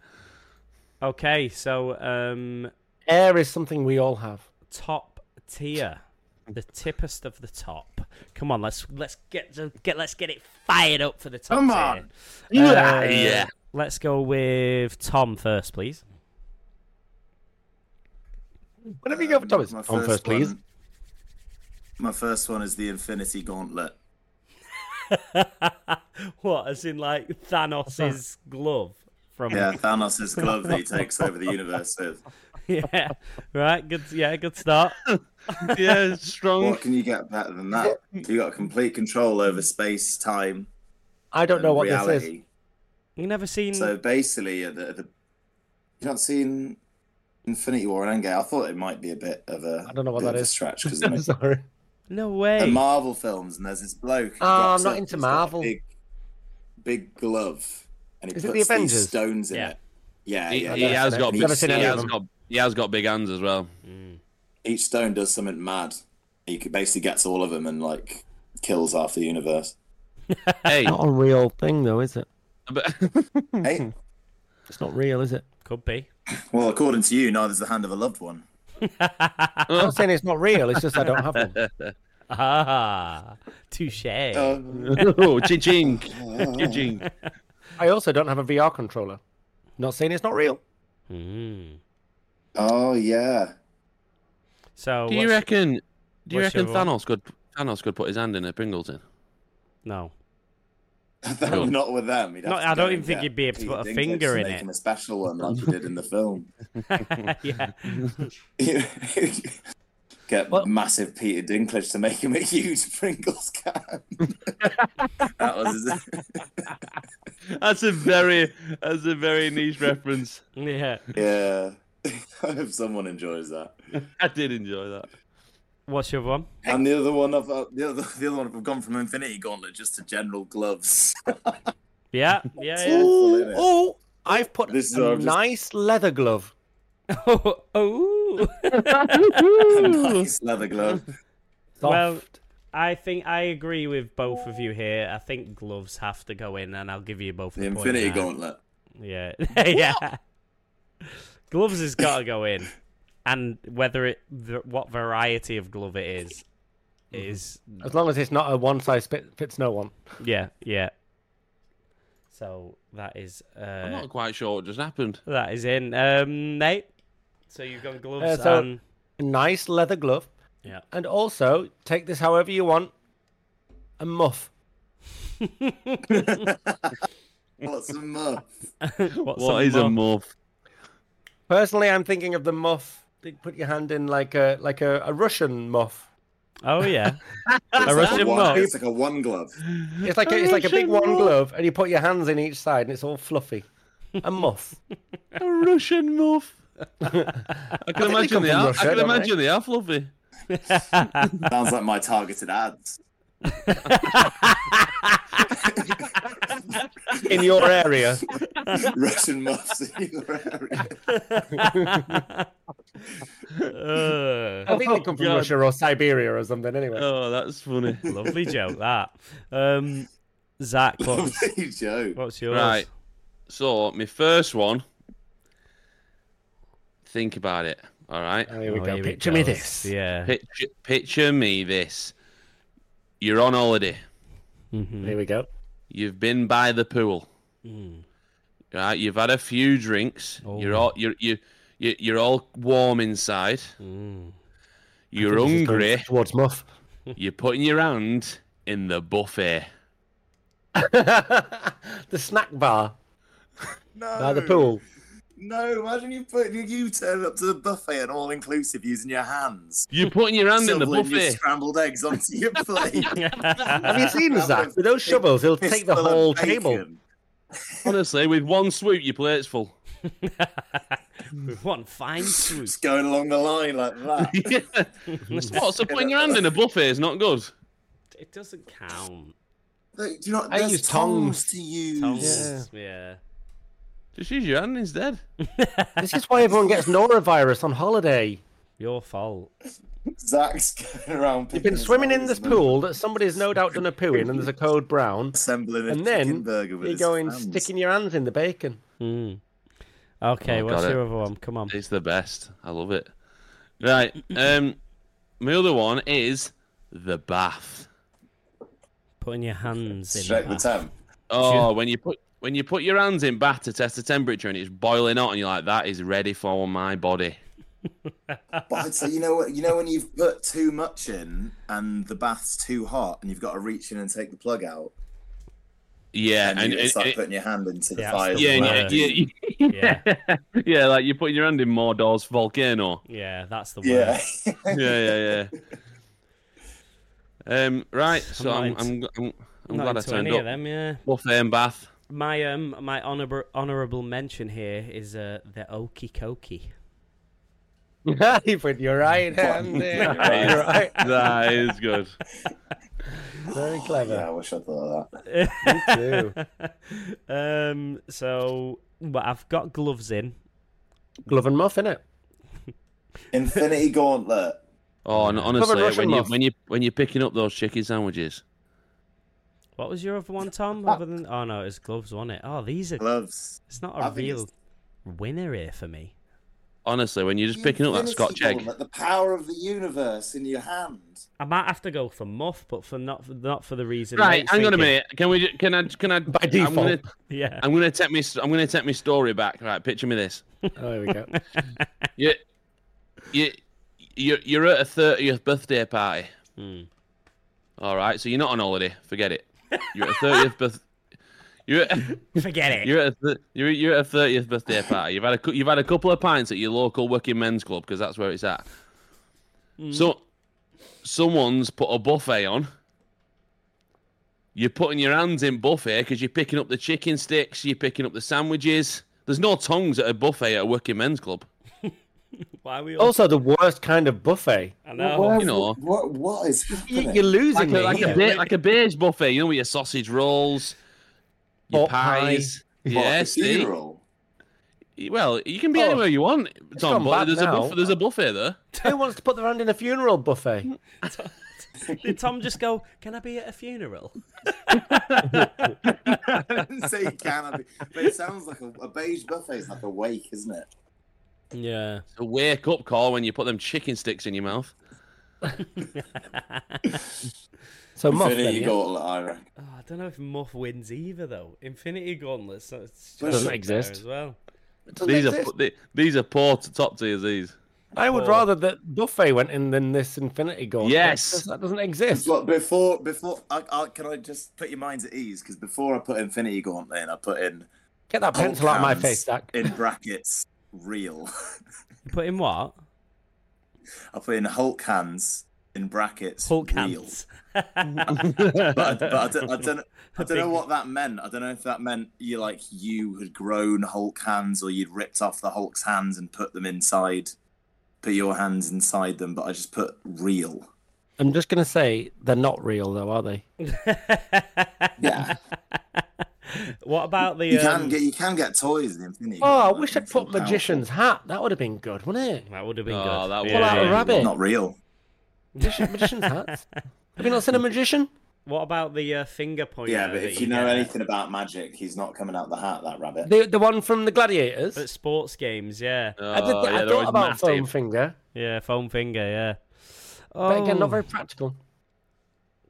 Speaker 1: Okay, so um,
Speaker 4: Air is something we all have.
Speaker 1: top tier, the tippest of the top. Come on, let's let's get the- get let's get it fired up for the top.
Speaker 3: Come
Speaker 1: tier.
Speaker 3: on.
Speaker 1: Uh,
Speaker 2: yeah.
Speaker 1: Let's go with Tom first, please.
Speaker 4: Whenever you go for Thomas,
Speaker 3: My
Speaker 4: on first, please.
Speaker 3: one- My first one is the Infinity Gauntlet.
Speaker 1: What, as in like Thanos' glove from
Speaker 3: Yeah, Thanos' glove that he takes over the universe with.
Speaker 1: yeah, right, good, yeah, good start.
Speaker 2: Yeah. Strong.
Speaker 3: What can you get better than that? You got complete control over space, time,
Speaker 4: I don't
Speaker 3: and
Speaker 4: know what
Speaker 3: reality.
Speaker 4: this is.
Speaker 1: You never seen?
Speaker 3: So basically, uh, the, the you've not seen Infinity War and Endgame. I thought it might be a bit of a
Speaker 4: I don't know what
Speaker 3: bit
Speaker 4: that
Speaker 3: of a
Speaker 4: is.
Speaker 3: stretch because
Speaker 4: I'm sorry.
Speaker 1: No
Speaker 3: they're
Speaker 1: way.
Speaker 3: Marvel films, and there's this bloke. who
Speaker 4: Oh, I'm
Speaker 3: rocks
Speaker 4: not
Speaker 3: up,
Speaker 4: into
Speaker 3: he's got a
Speaker 4: Marvel.
Speaker 3: Big, big glove, and he
Speaker 4: Is it
Speaker 3: puts
Speaker 4: the Avengers?
Speaker 3: these stones in
Speaker 1: Yeah.
Speaker 3: it. Yeah,
Speaker 2: He,
Speaker 3: yeah.
Speaker 2: he
Speaker 4: never
Speaker 2: has
Speaker 4: seen it.
Speaker 2: got. Big,
Speaker 4: Never
Speaker 2: he
Speaker 4: seen any of
Speaker 2: has
Speaker 4: them.
Speaker 2: got. He has got big hands as well.
Speaker 3: Each stone does something mad. He c- basically gets all of them and like kills half the universe.
Speaker 2: Hey,
Speaker 4: Not a real thing, though, is it?
Speaker 2: but-
Speaker 3: hey,
Speaker 4: It's not real, is it?
Speaker 1: Could be.
Speaker 3: well, according to you, neither's the hand of a loved one.
Speaker 4: I'm not saying it's not real. It's just I don't have one.
Speaker 1: Ah, touche.
Speaker 3: Uh,
Speaker 1: Uh,
Speaker 2: oh, ching, ching.
Speaker 4: I also don't have a VR controller.
Speaker 1: Hmm.
Speaker 4: Not saying it's not real.
Speaker 1: Mm.
Speaker 3: Oh yeah.
Speaker 1: So
Speaker 2: Do you
Speaker 1: what's-
Speaker 2: reckon? Do you
Speaker 1: what's
Speaker 2: reckon
Speaker 1: your one?
Speaker 2: Thanos could Thanos could put his hand in a Pringleton?
Speaker 1: No.
Speaker 2: Go on.
Speaker 3: not with them. He'd have
Speaker 1: Not-
Speaker 3: to
Speaker 1: I
Speaker 3: go
Speaker 1: don't
Speaker 3: and
Speaker 1: even think
Speaker 3: get
Speaker 1: he'd be able to
Speaker 3: Peter
Speaker 1: put a
Speaker 3: Dinklage
Speaker 1: finger in
Speaker 3: make
Speaker 1: it.
Speaker 3: him a special one like he did in the film.
Speaker 1: yeah.
Speaker 3: get
Speaker 4: Well-
Speaker 3: massive Peter Dinklage to make him a huge Pringles can. that was
Speaker 2: That's a very that's a very niche reference.
Speaker 1: Yeah.
Speaker 3: yeah. I hope someone enjoys that.
Speaker 2: I did enjoy that.
Speaker 1: What's your one?
Speaker 3: And the other one, I've, uh, the other the other one, I've gone from Infinity Gauntlet just to General Gloves.
Speaker 1: Yeah. Yeah. yeah.
Speaker 4: Ooh,
Speaker 3: yeah.
Speaker 4: ooh, I've put
Speaker 3: This is
Speaker 4: a
Speaker 3: all just-
Speaker 4: nice leather glove.
Speaker 1: oh. oh.
Speaker 3: nice leather glove.
Speaker 1: Well,
Speaker 4: Soft.
Speaker 1: I think I agree with both of you here. I think gloves have to go in, and I'll give you both
Speaker 3: The
Speaker 1: the point
Speaker 3: Infinity
Speaker 1: now.
Speaker 3: Gauntlet.
Speaker 1: Yeah, yeah. Gloves has got to go in, and whether it the, what variety of glove it is, is
Speaker 4: as long as it's not a one size fit, fits no one.
Speaker 1: yeah, yeah. So that is
Speaker 2: I'm
Speaker 1: uh,
Speaker 2: not quite sure what just happened.
Speaker 1: that is in um, Nate. So you've got gloves
Speaker 4: Uh, so-
Speaker 1: and
Speaker 4: A nice leather glove.
Speaker 1: Yeah.
Speaker 4: And also, take this however you want. A muff.
Speaker 3: What's a muff?
Speaker 1: what's
Speaker 2: What is a
Speaker 1: muff?
Speaker 2: muff?
Speaker 4: Personally, I'm thinking of the muff. that you Put your hand in like a like a, a Russian muff.
Speaker 1: Oh yeah,
Speaker 3: It's
Speaker 1: a
Speaker 3: like
Speaker 1: Russian
Speaker 3: one-
Speaker 1: muff.
Speaker 3: It's like a one glove.
Speaker 4: It's like a, it's like a big one glove, and you put your hands in each side, and it's all fluffy. A muff.
Speaker 2: A Russian muff. I can
Speaker 4: they
Speaker 2: imagine
Speaker 4: come
Speaker 2: they
Speaker 4: from
Speaker 2: are.
Speaker 4: Russia,
Speaker 2: I can
Speaker 4: don't they?
Speaker 2: imagine they are fluffy.
Speaker 3: Sounds like my targeted ads.
Speaker 4: in your area.
Speaker 3: Russian muffs in your area.
Speaker 1: Ugh.
Speaker 4: I think they come from
Speaker 2: God.
Speaker 4: Russia or Siberia or something. Anyway,
Speaker 1: Uh,
Speaker 2: Oh, that's funny.
Speaker 1: lovely joke that. Um, Zach, what's,
Speaker 3: Lovely joke.
Speaker 1: what's yours? Oh,
Speaker 2: Right. So my first one. Think about it. All right.
Speaker 4: Oh, here we
Speaker 1: Oh,
Speaker 4: go.
Speaker 1: here it
Speaker 4: Picture me
Speaker 1: goes.
Speaker 4: this.
Speaker 1: Yeah.
Speaker 2: Picture, picture me this. You're on holiday.
Speaker 1: Mhm.
Speaker 4: Here we go.
Speaker 2: You've been by the pool. Right. You've had a few drinks. You're all you're you you you're all warm inside. You're
Speaker 4: This is going
Speaker 2: hungry.
Speaker 4: Towards muff.
Speaker 2: You're putting your hand in the buffet.
Speaker 4: the snack bar
Speaker 3: No.
Speaker 4: by the pool.
Speaker 3: No, imagine you put you turn up to the buffet and all inclusive using your hands.
Speaker 2: You're putting your hand in the
Speaker 3: Shoveling your
Speaker 2: buffet.
Speaker 3: scrambled eggs onto your plate.
Speaker 4: Have you seen Zach? With those shovels, he'll take the
Speaker 3: Fistful of
Speaker 4: whole table.
Speaker 3: bacon.
Speaker 2: Honestly, with one swoop, your plate's full.
Speaker 1: With one fine swoop.
Speaker 3: Just going along the line like that.
Speaker 2: Yeah. What? So putting your hand in a buffet is not good.
Speaker 1: It doesn't count.
Speaker 3: Look, Do you know,
Speaker 4: I
Speaker 3: there's
Speaker 4: use
Speaker 3: tongs.
Speaker 4: tongs.
Speaker 3: to use.
Speaker 1: Tongs. Yeah.
Speaker 2: Just use your hand instead.
Speaker 4: This is why everyone gets norovirus on holiday.
Speaker 1: Your fault.
Speaker 3: Zach's going around.
Speaker 4: You've been swimming in this pool that somebody's no doubt done a poo in, and there's a code brown.
Speaker 3: assembling a
Speaker 4: And
Speaker 3: chicken
Speaker 4: then
Speaker 3: burger with
Speaker 4: you're
Speaker 3: his
Speaker 4: going
Speaker 3: hands.
Speaker 4: sticking your hands in the bacon.
Speaker 1: Okay,
Speaker 2: Hmm. Oh,
Speaker 1: what's
Speaker 2: got
Speaker 1: your
Speaker 2: it.
Speaker 1: other one? Come on.
Speaker 2: It's the best. I love it. Right. Um, my other one is the bath.
Speaker 1: Putting your hands in.
Speaker 3: Straight
Speaker 1: the
Speaker 3: with
Speaker 1: bath.
Speaker 3: Tam.
Speaker 2: Oh, when you put when you put your hands in bath to test the temperature and it's boiling hot, and you're like, that is ready for my body.
Speaker 3: But I'd say you know what you know when you've put too much in and the bath's too hot and you've got to reach in and take the plug out
Speaker 2: Yeah,
Speaker 3: and,
Speaker 2: and,
Speaker 3: you
Speaker 2: and-
Speaker 3: it's like
Speaker 2: and-
Speaker 3: putting your hand into the
Speaker 1: Yeah,
Speaker 3: fire.
Speaker 1: that's the
Speaker 2: yeah, and
Speaker 1: Wow.
Speaker 2: you- you-
Speaker 1: Yeah.
Speaker 2: yeah, like you're putting your hand in Mordor's volcano.
Speaker 1: Yeah, that's the word.
Speaker 3: yeah.
Speaker 2: yeah, yeah, yeah. Um, right, so
Speaker 1: not
Speaker 2: I'm
Speaker 1: into-
Speaker 2: I'm, I'm, I'm
Speaker 1: Not
Speaker 2: glad I
Speaker 1: into
Speaker 2: turned
Speaker 1: any
Speaker 2: up.
Speaker 1: of them, yeah.
Speaker 2: Buffet and bath.
Speaker 1: My um my honorable honorable mention here is uh the Okie Kokie.
Speaker 4: you put your right hand in. your right.
Speaker 2: That is good.
Speaker 4: Very
Speaker 3: yeah, I
Speaker 4: clever.
Speaker 3: wish I thought of that.
Speaker 4: Me too.
Speaker 1: Um so well, I've got gloves in.
Speaker 4: Glove and muff, innit?
Speaker 3: Infinity Gauntlet.
Speaker 2: Oh, and honestly,
Speaker 4: Russian
Speaker 2: when you
Speaker 4: muff.
Speaker 2: when you when you're picking up those chicken sandwiches,
Speaker 1: What was your other one, Tom? Other than oh no, it's gloves, wasn't it? Oh these are
Speaker 3: Gloves.
Speaker 1: it's not
Speaker 3: I
Speaker 1: a
Speaker 3: think
Speaker 1: real
Speaker 3: it's-
Speaker 1: winner here for me.
Speaker 2: honestly, when you're just picking up that
Speaker 3: Infinity
Speaker 2: Scotch egg,
Speaker 3: Gauntlet, The power of the universe in your hand.
Speaker 1: I might have to go for muff, but for not for, not for the reason.
Speaker 2: right?
Speaker 1: Nate's
Speaker 2: Hang on a
Speaker 1: thinking.
Speaker 2: minute. Can we? ju- Can I? Can I? By I'm
Speaker 4: default.
Speaker 2: gonna,
Speaker 1: Yeah.
Speaker 2: I'm gonna take me. I'm gonna take my story back. Right, picture me this.
Speaker 4: Oh, there we go.
Speaker 2: You, you, you're, you're at a thirtieth birthday party.
Speaker 1: Hmm.
Speaker 2: All right, so you're not on holiday. Forget it. You're at a thirtieth birth. You're at,
Speaker 1: Forget it.
Speaker 2: you're at a th- you're, you're at a thirtieth birthday party. You've had a cou- you've had a couple of pints at your local working men's club because that's where it's at. So, someone's put a buffet on. You're putting your hands in buffet because you're picking up the chicken sticks. You're picking up the sandwiches. There's no tongs at a buffet at a working men's club.
Speaker 1: Why are we all?
Speaker 4: Also, the worst kind of buffet.
Speaker 1: I know.
Speaker 3: What-
Speaker 2: You know.
Speaker 3: what what is
Speaker 4: You,
Speaker 3: happening?
Speaker 4: you're
Speaker 2: Like
Speaker 4: losing
Speaker 2: a,
Speaker 4: me.
Speaker 2: like,
Speaker 1: Yeah.
Speaker 2: a ba- like a beige buffet, you know, with your sausage rolls, your
Speaker 4: Pot pie.
Speaker 2: pies.
Speaker 3: What, a
Speaker 2: Yes, see?
Speaker 3: funeral?
Speaker 2: Well, you can be
Speaker 4: Oh,
Speaker 2: anywhere you want, Tom.
Speaker 4: gone
Speaker 2: But
Speaker 4: bad
Speaker 2: there's a
Speaker 4: now.
Speaker 2: buffet. There's a buffet there.
Speaker 4: Who wants to put their hand in a funeral buffet?
Speaker 1: Did Tom just go? Can I be at a funeral?
Speaker 3: I didn't say you can. I mean, but it sounds like a, a beige buffet is like a wake, isn't it?
Speaker 1: Yeah.
Speaker 2: It's a wake up call when you put them chicken sticks in your mouth.
Speaker 4: So Moff, then,
Speaker 3: Infinity
Speaker 4: yeah?
Speaker 3: Gauntlet, I reckon.
Speaker 1: Oh, I don't know if Muff wins either though. Infinity Gauntlet so it's just
Speaker 3: Doesn't
Speaker 1: up there
Speaker 4: exist.
Speaker 1: as well.
Speaker 4: Doesn't
Speaker 2: These are
Speaker 4: exist.
Speaker 2: th- these are poor to top tiers. These.
Speaker 4: I would
Speaker 1: Oh.
Speaker 4: rather that buffet went in than this Infinity Gauntlet.
Speaker 2: Yes.
Speaker 4: That- that doesn't exist.
Speaker 3: Look, before before I, I, can I just put your minds at ease? Because before I put Infinity Gauntlet, in, I put in
Speaker 4: Get that pencil out of my face, Zach.
Speaker 3: in brackets real.
Speaker 1: You put in what?
Speaker 3: I put in Hulk hands in brackets
Speaker 1: Hulk
Speaker 3: real.
Speaker 1: hands.
Speaker 3: But, but I don't, I don't, I don't know
Speaker 1: big-
Speaker 3: what that meant. I don't know if that meant you like you had grown Hulk hands or you'd ripped off the Hulk's hands and put them inside, put your hands inside them. But I just put real.
Speaker 4: I'm just gonna say they're not real though, are they?
Speaker 3: Yeah,
Speaker 1: What about the?
Speaker 3: you
Speaker 1: um,
Speaker 3: can get you can get toys in Infinity.
Speaker 4: Oh, I
Speaker 3: Gauntlet.
Speaker 4: wish I'd
Speaker 3: It's
Speaker 4: put
Speaker 3: so
Speaker 4: Magician's Hat. That would have been good, wouldn't it?
Speaker 1: That would have been
Speaker 2: Oh,
Speaker 1: good.
Speaker 2: that
Speaker 4: Pull out a
Speaker 3: powerful.
Speaker 4: rabbit.
Speaker 3: Not real.
Speaker 4: Magician, magician's Hat. Have you not seen a magician?
Speaker 1: What about the uh, finger pointer?
Speaker 3: Oh, Yeah, but
Speaker 1: that
Speaker 3: if you know
Speaker 1: get
Speaker 3: anything about magic, he's not coming out the hat. That rabbit.
Speaker 4: The the one from the Gladiators.
Speaker 1: at sports games? Yeah,
Speaker 4: I, did,
Speaker 2: Oh,
Speaker 4: I
Speaker 2: yeah, they're
Speaker 4: thought
Speaker 2: always
Speaker 4: about
Speaker 2: massive.
Speaker 4: foam finger,
Speaker 1: yeah, foam finger. Yeah. Oh,
Speaker 4: but again, not very practical.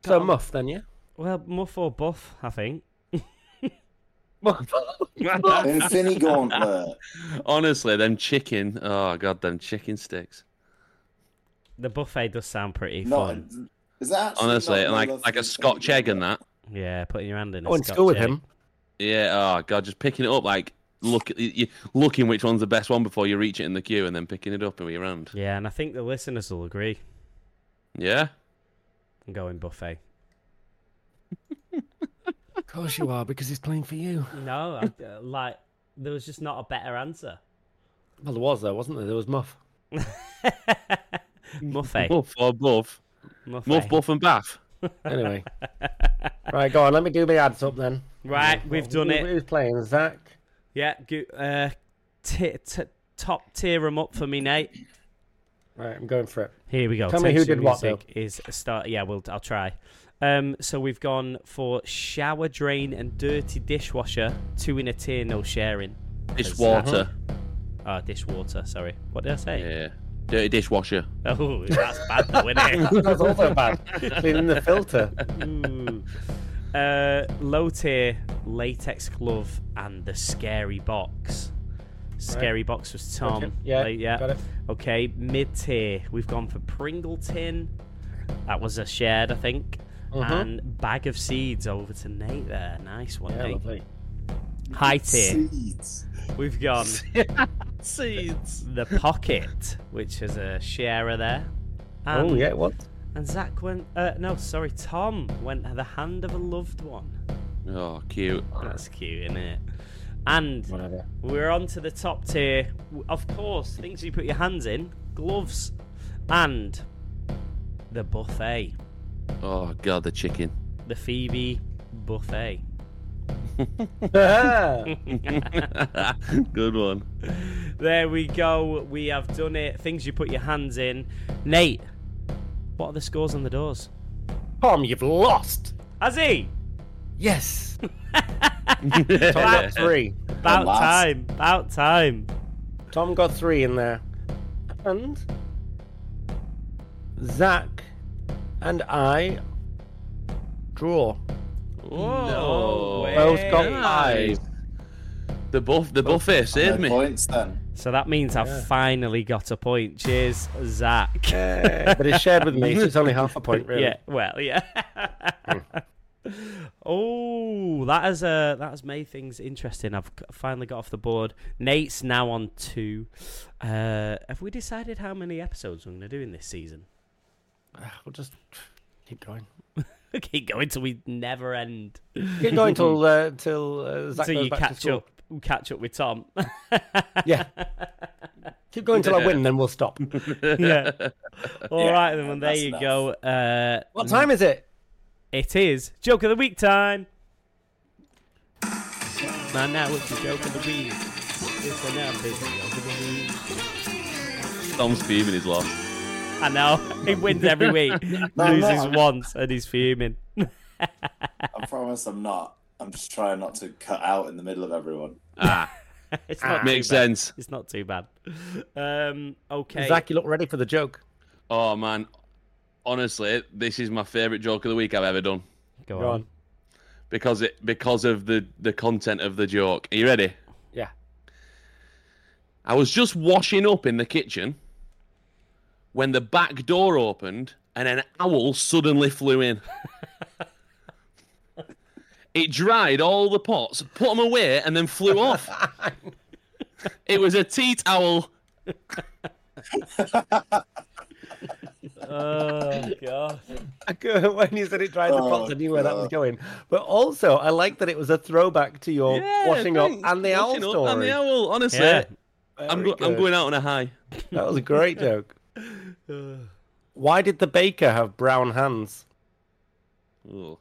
Speaker 4: So muff then, yeah.
Speaker 1: well, muff or buff, I think.
Speaker 4: Muff.
Speaker 3: Infinity Gauntlet.
Speaker 2: Honestly, them chicken. Oh god, them chicken sticks.
Speaker 1: The buffet does sound pretty
Speaker 3: Not,
Speaker 1: fun.
Speaker 3: is that actually
Speaker 2: Honestly,
Speaker 3: not
Speaker 2: and
Speaker 3: my
Speaker 2: like
Speaker 3: love
Speaker 2: like
Speaker 3: for
Speaker 2: a Scotch egg and
Speaker 3: Infinity
Speaker 2: that.
Speaker 1: Yeah, putting your hand in.
Speaker 4: I
Speaker 1: a
Speaker 4: went to
Speaker 1: Scotch
Speaker 4: school with
Speaker 1: egg.
Speaker 4: him.
Speaker 2: Yeah. Oh god, just picking it up like look you, looking which one's the best one before you reach it in the queue and then picking it up with your hand.
Speaker 1: Yeah, and I think the listeners will agree.
Speaker 2: Yeah.
Speaker 1: I'm going eh? buffet.
Speaker 4: Of course you are, because he's playing for you.
Speaker 1: No, I, uh, like there was just not a better answer.
Speaker 4: Well, there was though, wasn't there? There was muff.
Speaker 1: Muffet.
Speaker 2: Muff or buff.
Speaker 1: Muffet.
Speaker 2: Muff, buff, and baff.
Speaker 4: Anyway, right, go on. Let me do my ads up then.
Speaker 1: Right, we've done
Speaker 4: Who-
Speaker 1: it.
Speaker 4: Who's playing? Zach.
Speaker 1: Yeah, go, uh, t- t- top tier 'em up for me, Nate.
Speaker 4: Right, I'm going for it.
Speaker 1: Here we go.
Speaker 4: Tell me who
Speaker 1: Takes
Speaker 4: did
Speaker 1: Your
Speaker 4: what,
Speaker 1: Music Is start? Yeah, we'll. I'll try. Um, so we've gone for shower drain and dirty dishwasher. Two in a tier, no sharing.
Speaker 2: Dish water.
Speaker 1: Ah, dishwater. Sorry, what did I say?
Speaker 2: Yeah. Dirty dishwasher.
Speaker 1: Oh, that's bad, though, isn't
Speaker 4: That's also bad. Cleaning the filter.
Speaker 1: it? Ooh. Hmm. Uh, low tier latex glove and the scary box. Scary box was Tom.
Speaker 4: Okay, yeah,
Speaker 1: Like, yeah.
Speaker 4: got it.
Speaker 1: Okay, mid tier. We've gone for Pringle tin. That was a shared, I think.
Speaker 4: Mm-hmm.
Speaker 1: And bag of seeds over to Nate there. Nice one,
Speaker 4: Yeah,
Speaker 1: Nate.
Speaker 4: lovely.
Speaker 1: High
Speaker 3: Gauntlet.
Speaker 1: tier.
Speaker 3: Seeds.
Speaker 1: We've gone
Speaker 2: Seeds.
Speaker 1: the pocket, which is a sharer there. And,
Speaker 4: Oh yeah, what?
Speaker 1: And Zach went. Uh, no, sorry, Tom went the hand of a loved one.
Speaker 2: Oh, cute.
Speaker 1: That's cute, isn't it? And
Speaker 4: Whatever.
Speaker 1: We're on to the top tier. W- Of course, things you put your hands in, gloves, and the buffet.
Speaker 2: Oh god, the chicken.
Speaker 1: The Phoebe buffet.
Speaker 2: Good one.
Speaker 1: There we go. We have done it. Things you put your hands in. Nate, what are the scores on the doors?
Speaker 4: Tom, you've lost.
Speaker 1: Azzy,
Speaker 4: Yes. Tom
Speaker 2: Yeah.
Speaker 4: got three.
Speaker 1: about
Speaker 3: last.
Speaker 1: time. About time.
Speaker 4: Tom got three in there, and Zach and I draw.
Speaker 2: No
Speaker 1: way.
Speaker 4: Both got
Speaker 1: Hey.
Speaker 4: five.
Speaker 2: The buff, the buffet
Speaker 3: No
Speaker 2: saved me.
Speaker 3: points then.
Speaker 1: So that means I've finally got a point. Cheers, Zach.
Speaker 4: Uh, but it's shared with me, so it's only half a point, really. Hmm.
Speaker 1: Yeah. Well, yeah. oh, that has uh, that has made things interesting. I've g- finally got off the board. Nate's now on two. Uh, have we decided how many episodes we're going to do in this season?
Speaker 4: We'll just keep going.
Speaker 1: Keep going till we never end.
Speaker 4: Keep going till uh, till uh, Zach
Speaker 1: Till
Speaker 4: goes
Speaker 1: you
Speaker 4: back to
Speaker 1: catch
Speaker 4: school.
Speaker 1: up. Catch up with Tom.
Speaker 4: Yeah. Keep going till I win, then we'll stop.
Speaker 1: yeah. All right,
Speaker 3: Yeah,
Speaker 1: then. Well, there
Speaker 3: that's
Speaker 1: you
Speaker 3: enough.
Speaker 1: go. Uh,
Speaker 4: What time is it?
Speaker 1: It is joke of the week time. And now it's the joke of the week. It's an epic joke of the week.
Speaker 2: Tom's fuming his loss.
Speaker 1: I know he wins every week, loses
Speaker 3: no.
Speaker 1: once, and he's fuming.
Speaker 3: I promise I'm not. I'm just trying not to cut out in the middle of everyone.
Speaker 2: Ah,
Speaker 1: It's not
Speaker 2: makes
Speaker 1: too bad.
Speaker 2: sense.
Speaker 1: It's not too bad. Um, okay.
Speaker 4: Zach, you look ready for the joke.
Speaker 2: Oh man, honestly, this is my favorite joke of the week I've ever done
Speaker 1: Go
Speaker 4: Go
Speaker 1: on.
Speaker 4: on.
Speaker 2: because it because of the the content of the joke. Are you ready?
Speaker 4: Yeah.
Speaker 2: I was just washing up in the kitchen when the back door opened and an owl suddenly flew in. it dried all the pots, put them away, and then flew off. it was a tea towel.
Speaker 1: Oh god.
Speaker 4: I go- when you said it dried the
Speaker 3: Oh,
Speaker 4: pots, I knew where that was
Speaker 3: God.
Speaker 4: going. But also, I like that it was a throwback to your washing up
Speaker 2: thanks.
Speaker 4: and the owl
Speaker 2: Washing up
Speaker 4: story.
Speaker 2: and the owl, honestly.
Speaker 1: Yeah.
Speaker 2: I'm,
Speaker 4: Very
Speaker 2: go- I'm
Speaker 4: good.
Speaker 2: going out on a high.
Speaker 4: That was a great joke. Why did the baker have brown hands?
Speaker 2: Ooh.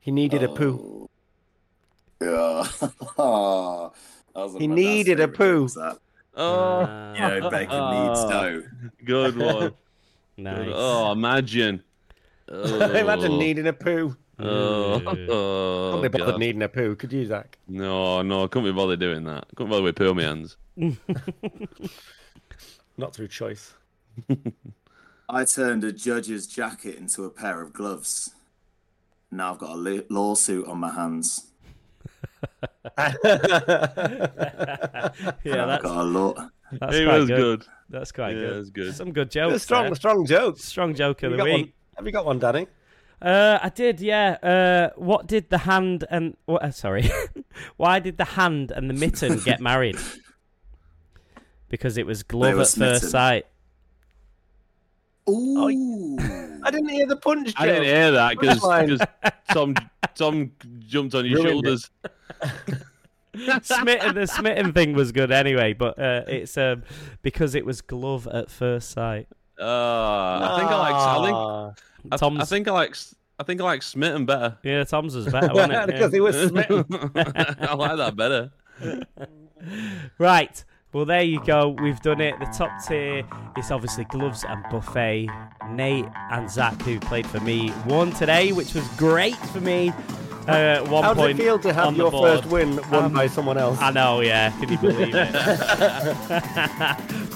Speaker 4: He needed a poo.
Speaker 3: Oh. Yeah. that was one of
Speaker 4: He
Speaker 3: my dad's
Speaker 4: needed a
Speaker 3: favourite
Speaker 4: poo.
Speaker 3: jokes, That.
Speaker 1: Uh,
Speaker 2: Oh,
Speaker 3: You know, Baker needs dough.
Speaker 2: good one.
Speaker 1: nice.
Speaker 2: Oh, imagine.
Speaker 4: Imagine
Speaker 2: Oh.
Speaker 4: needing a poo.
Speaker 2: Oh, oh,
Speaker 4: Can't be bothered
Speaker 2: God.
Speaker 4: needing a poo, could you, Zach?
Speaker 2: No, no, couldn't be bothered doing that. Couldn't bother with poo on my hands.
Speaker 4: Not through choice.
Speaker 3: I turned a judge's jacket into a pair of gloves. Now I've got a li- lawsuit on my hands.
Speaker 1: yeah,
Speaker 3: I've
Speaker 1: that's,
Speaker 3: got a law.
Speaker 1: that's
Speaker 2: It
Speaker 1: quite
Speaker 2: was
Speaker 1: good.
Speaker 2: good.
Speaker 1: That's quite
Speaker 2: Yeah, it
Speaker 1: good.
Speaker 2: was good.
Speaker 1: Some good
Speaker 4: A
Speaker 1: jokes.
Speaker 4: strong,
Speaker 1: there.
Speaker 4: strong joke.
Speaker 1: strong joke of
Speaker 4: You
Speaker 1: the
Speaker 4: got
Speaker 1: week.
Speaker 4: one- Have you got one, Danny?
Speaker 1: Uh, I did, yeah. Uh, what did the hand and what? Uh, sorry, why did the hand and the mitten get married? Because it was glove
Speaker 3: were
Speaker 1: at first
Speaker 3: smitten.
Speaker 1: sight. Oh,
Speaker 3: Ooh.
Speaker 4: I didn't hear the punch joke.
Speaker 2: I didn't hear that
Speaker 4: Fine.
Speaker 2: because Tom Tom jumped on your
Speaker 4: Ruined it.
Speaker 2: shoulders.
Speaker 1: smitten, the smitten thing was good anyway, but uh, it's um, because it was glove at first sight.
Speaker 2: Uh, I think I like. I think
Speaker 4: Ah.
Speaker 2: I,
Speaker 1: Tom's,
Speaker 2: I think I like. I think I like Smitten better.
Speaker 1: yeah, Tom's was better, wasn't it? Yeah.
Speaker 4: because he was smitten.
Speaker 2: I like that better.
Speaker 1: Right. Well, there you go. We've done it. The top tier is obviously Gloves and Buffet. Nate and Zach, who played for me, won today, which was great for me. Uh, one
Speaker 4: How does
Speaker 1: point
Speaker 4: it feel to
Speaker 1: on
Speaker 4: have
Speaker 1: the
Speaker 4: your
Speaker 1: board.
Speaker 4: first win won
Speaker 1: Um,
Speaker 4: by someone else?
Speaker 1: I know, yeah. Can you believe it?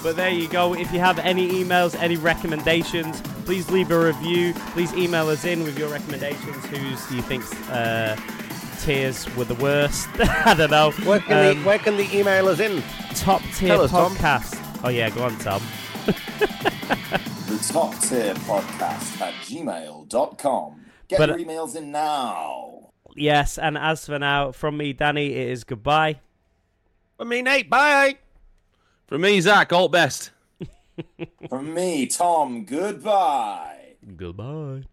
Speaker 1: but there you go. If you have any emails, any recommendations, please leave a review. Please email us in with your recommendations. Whose do you think's uh, tears were the worst? I don't know.
Speaker 4: Where can,
Speaker 1: Um,
Speaker 4: the, where can the emailers in?
Speaker 1: top tier
Speaker 4: Tell us, Tom.
Speaker 1: podcast. Oh yeah, go on, Tom.
Speaker 3: the top tier podcast at gmail.com. Get
Speaker 1: But- uh,
Speaker 3: your emails in now.
Speaker 1: Yes, and as for now, from me, Danny, it is goodbye.
Speaker 4: I mean, hey, bye.
Speaker 2: From me, Zach, all best.
Speaker 3: From me, Tom, goodbye.
Speaker 1: Goodbye.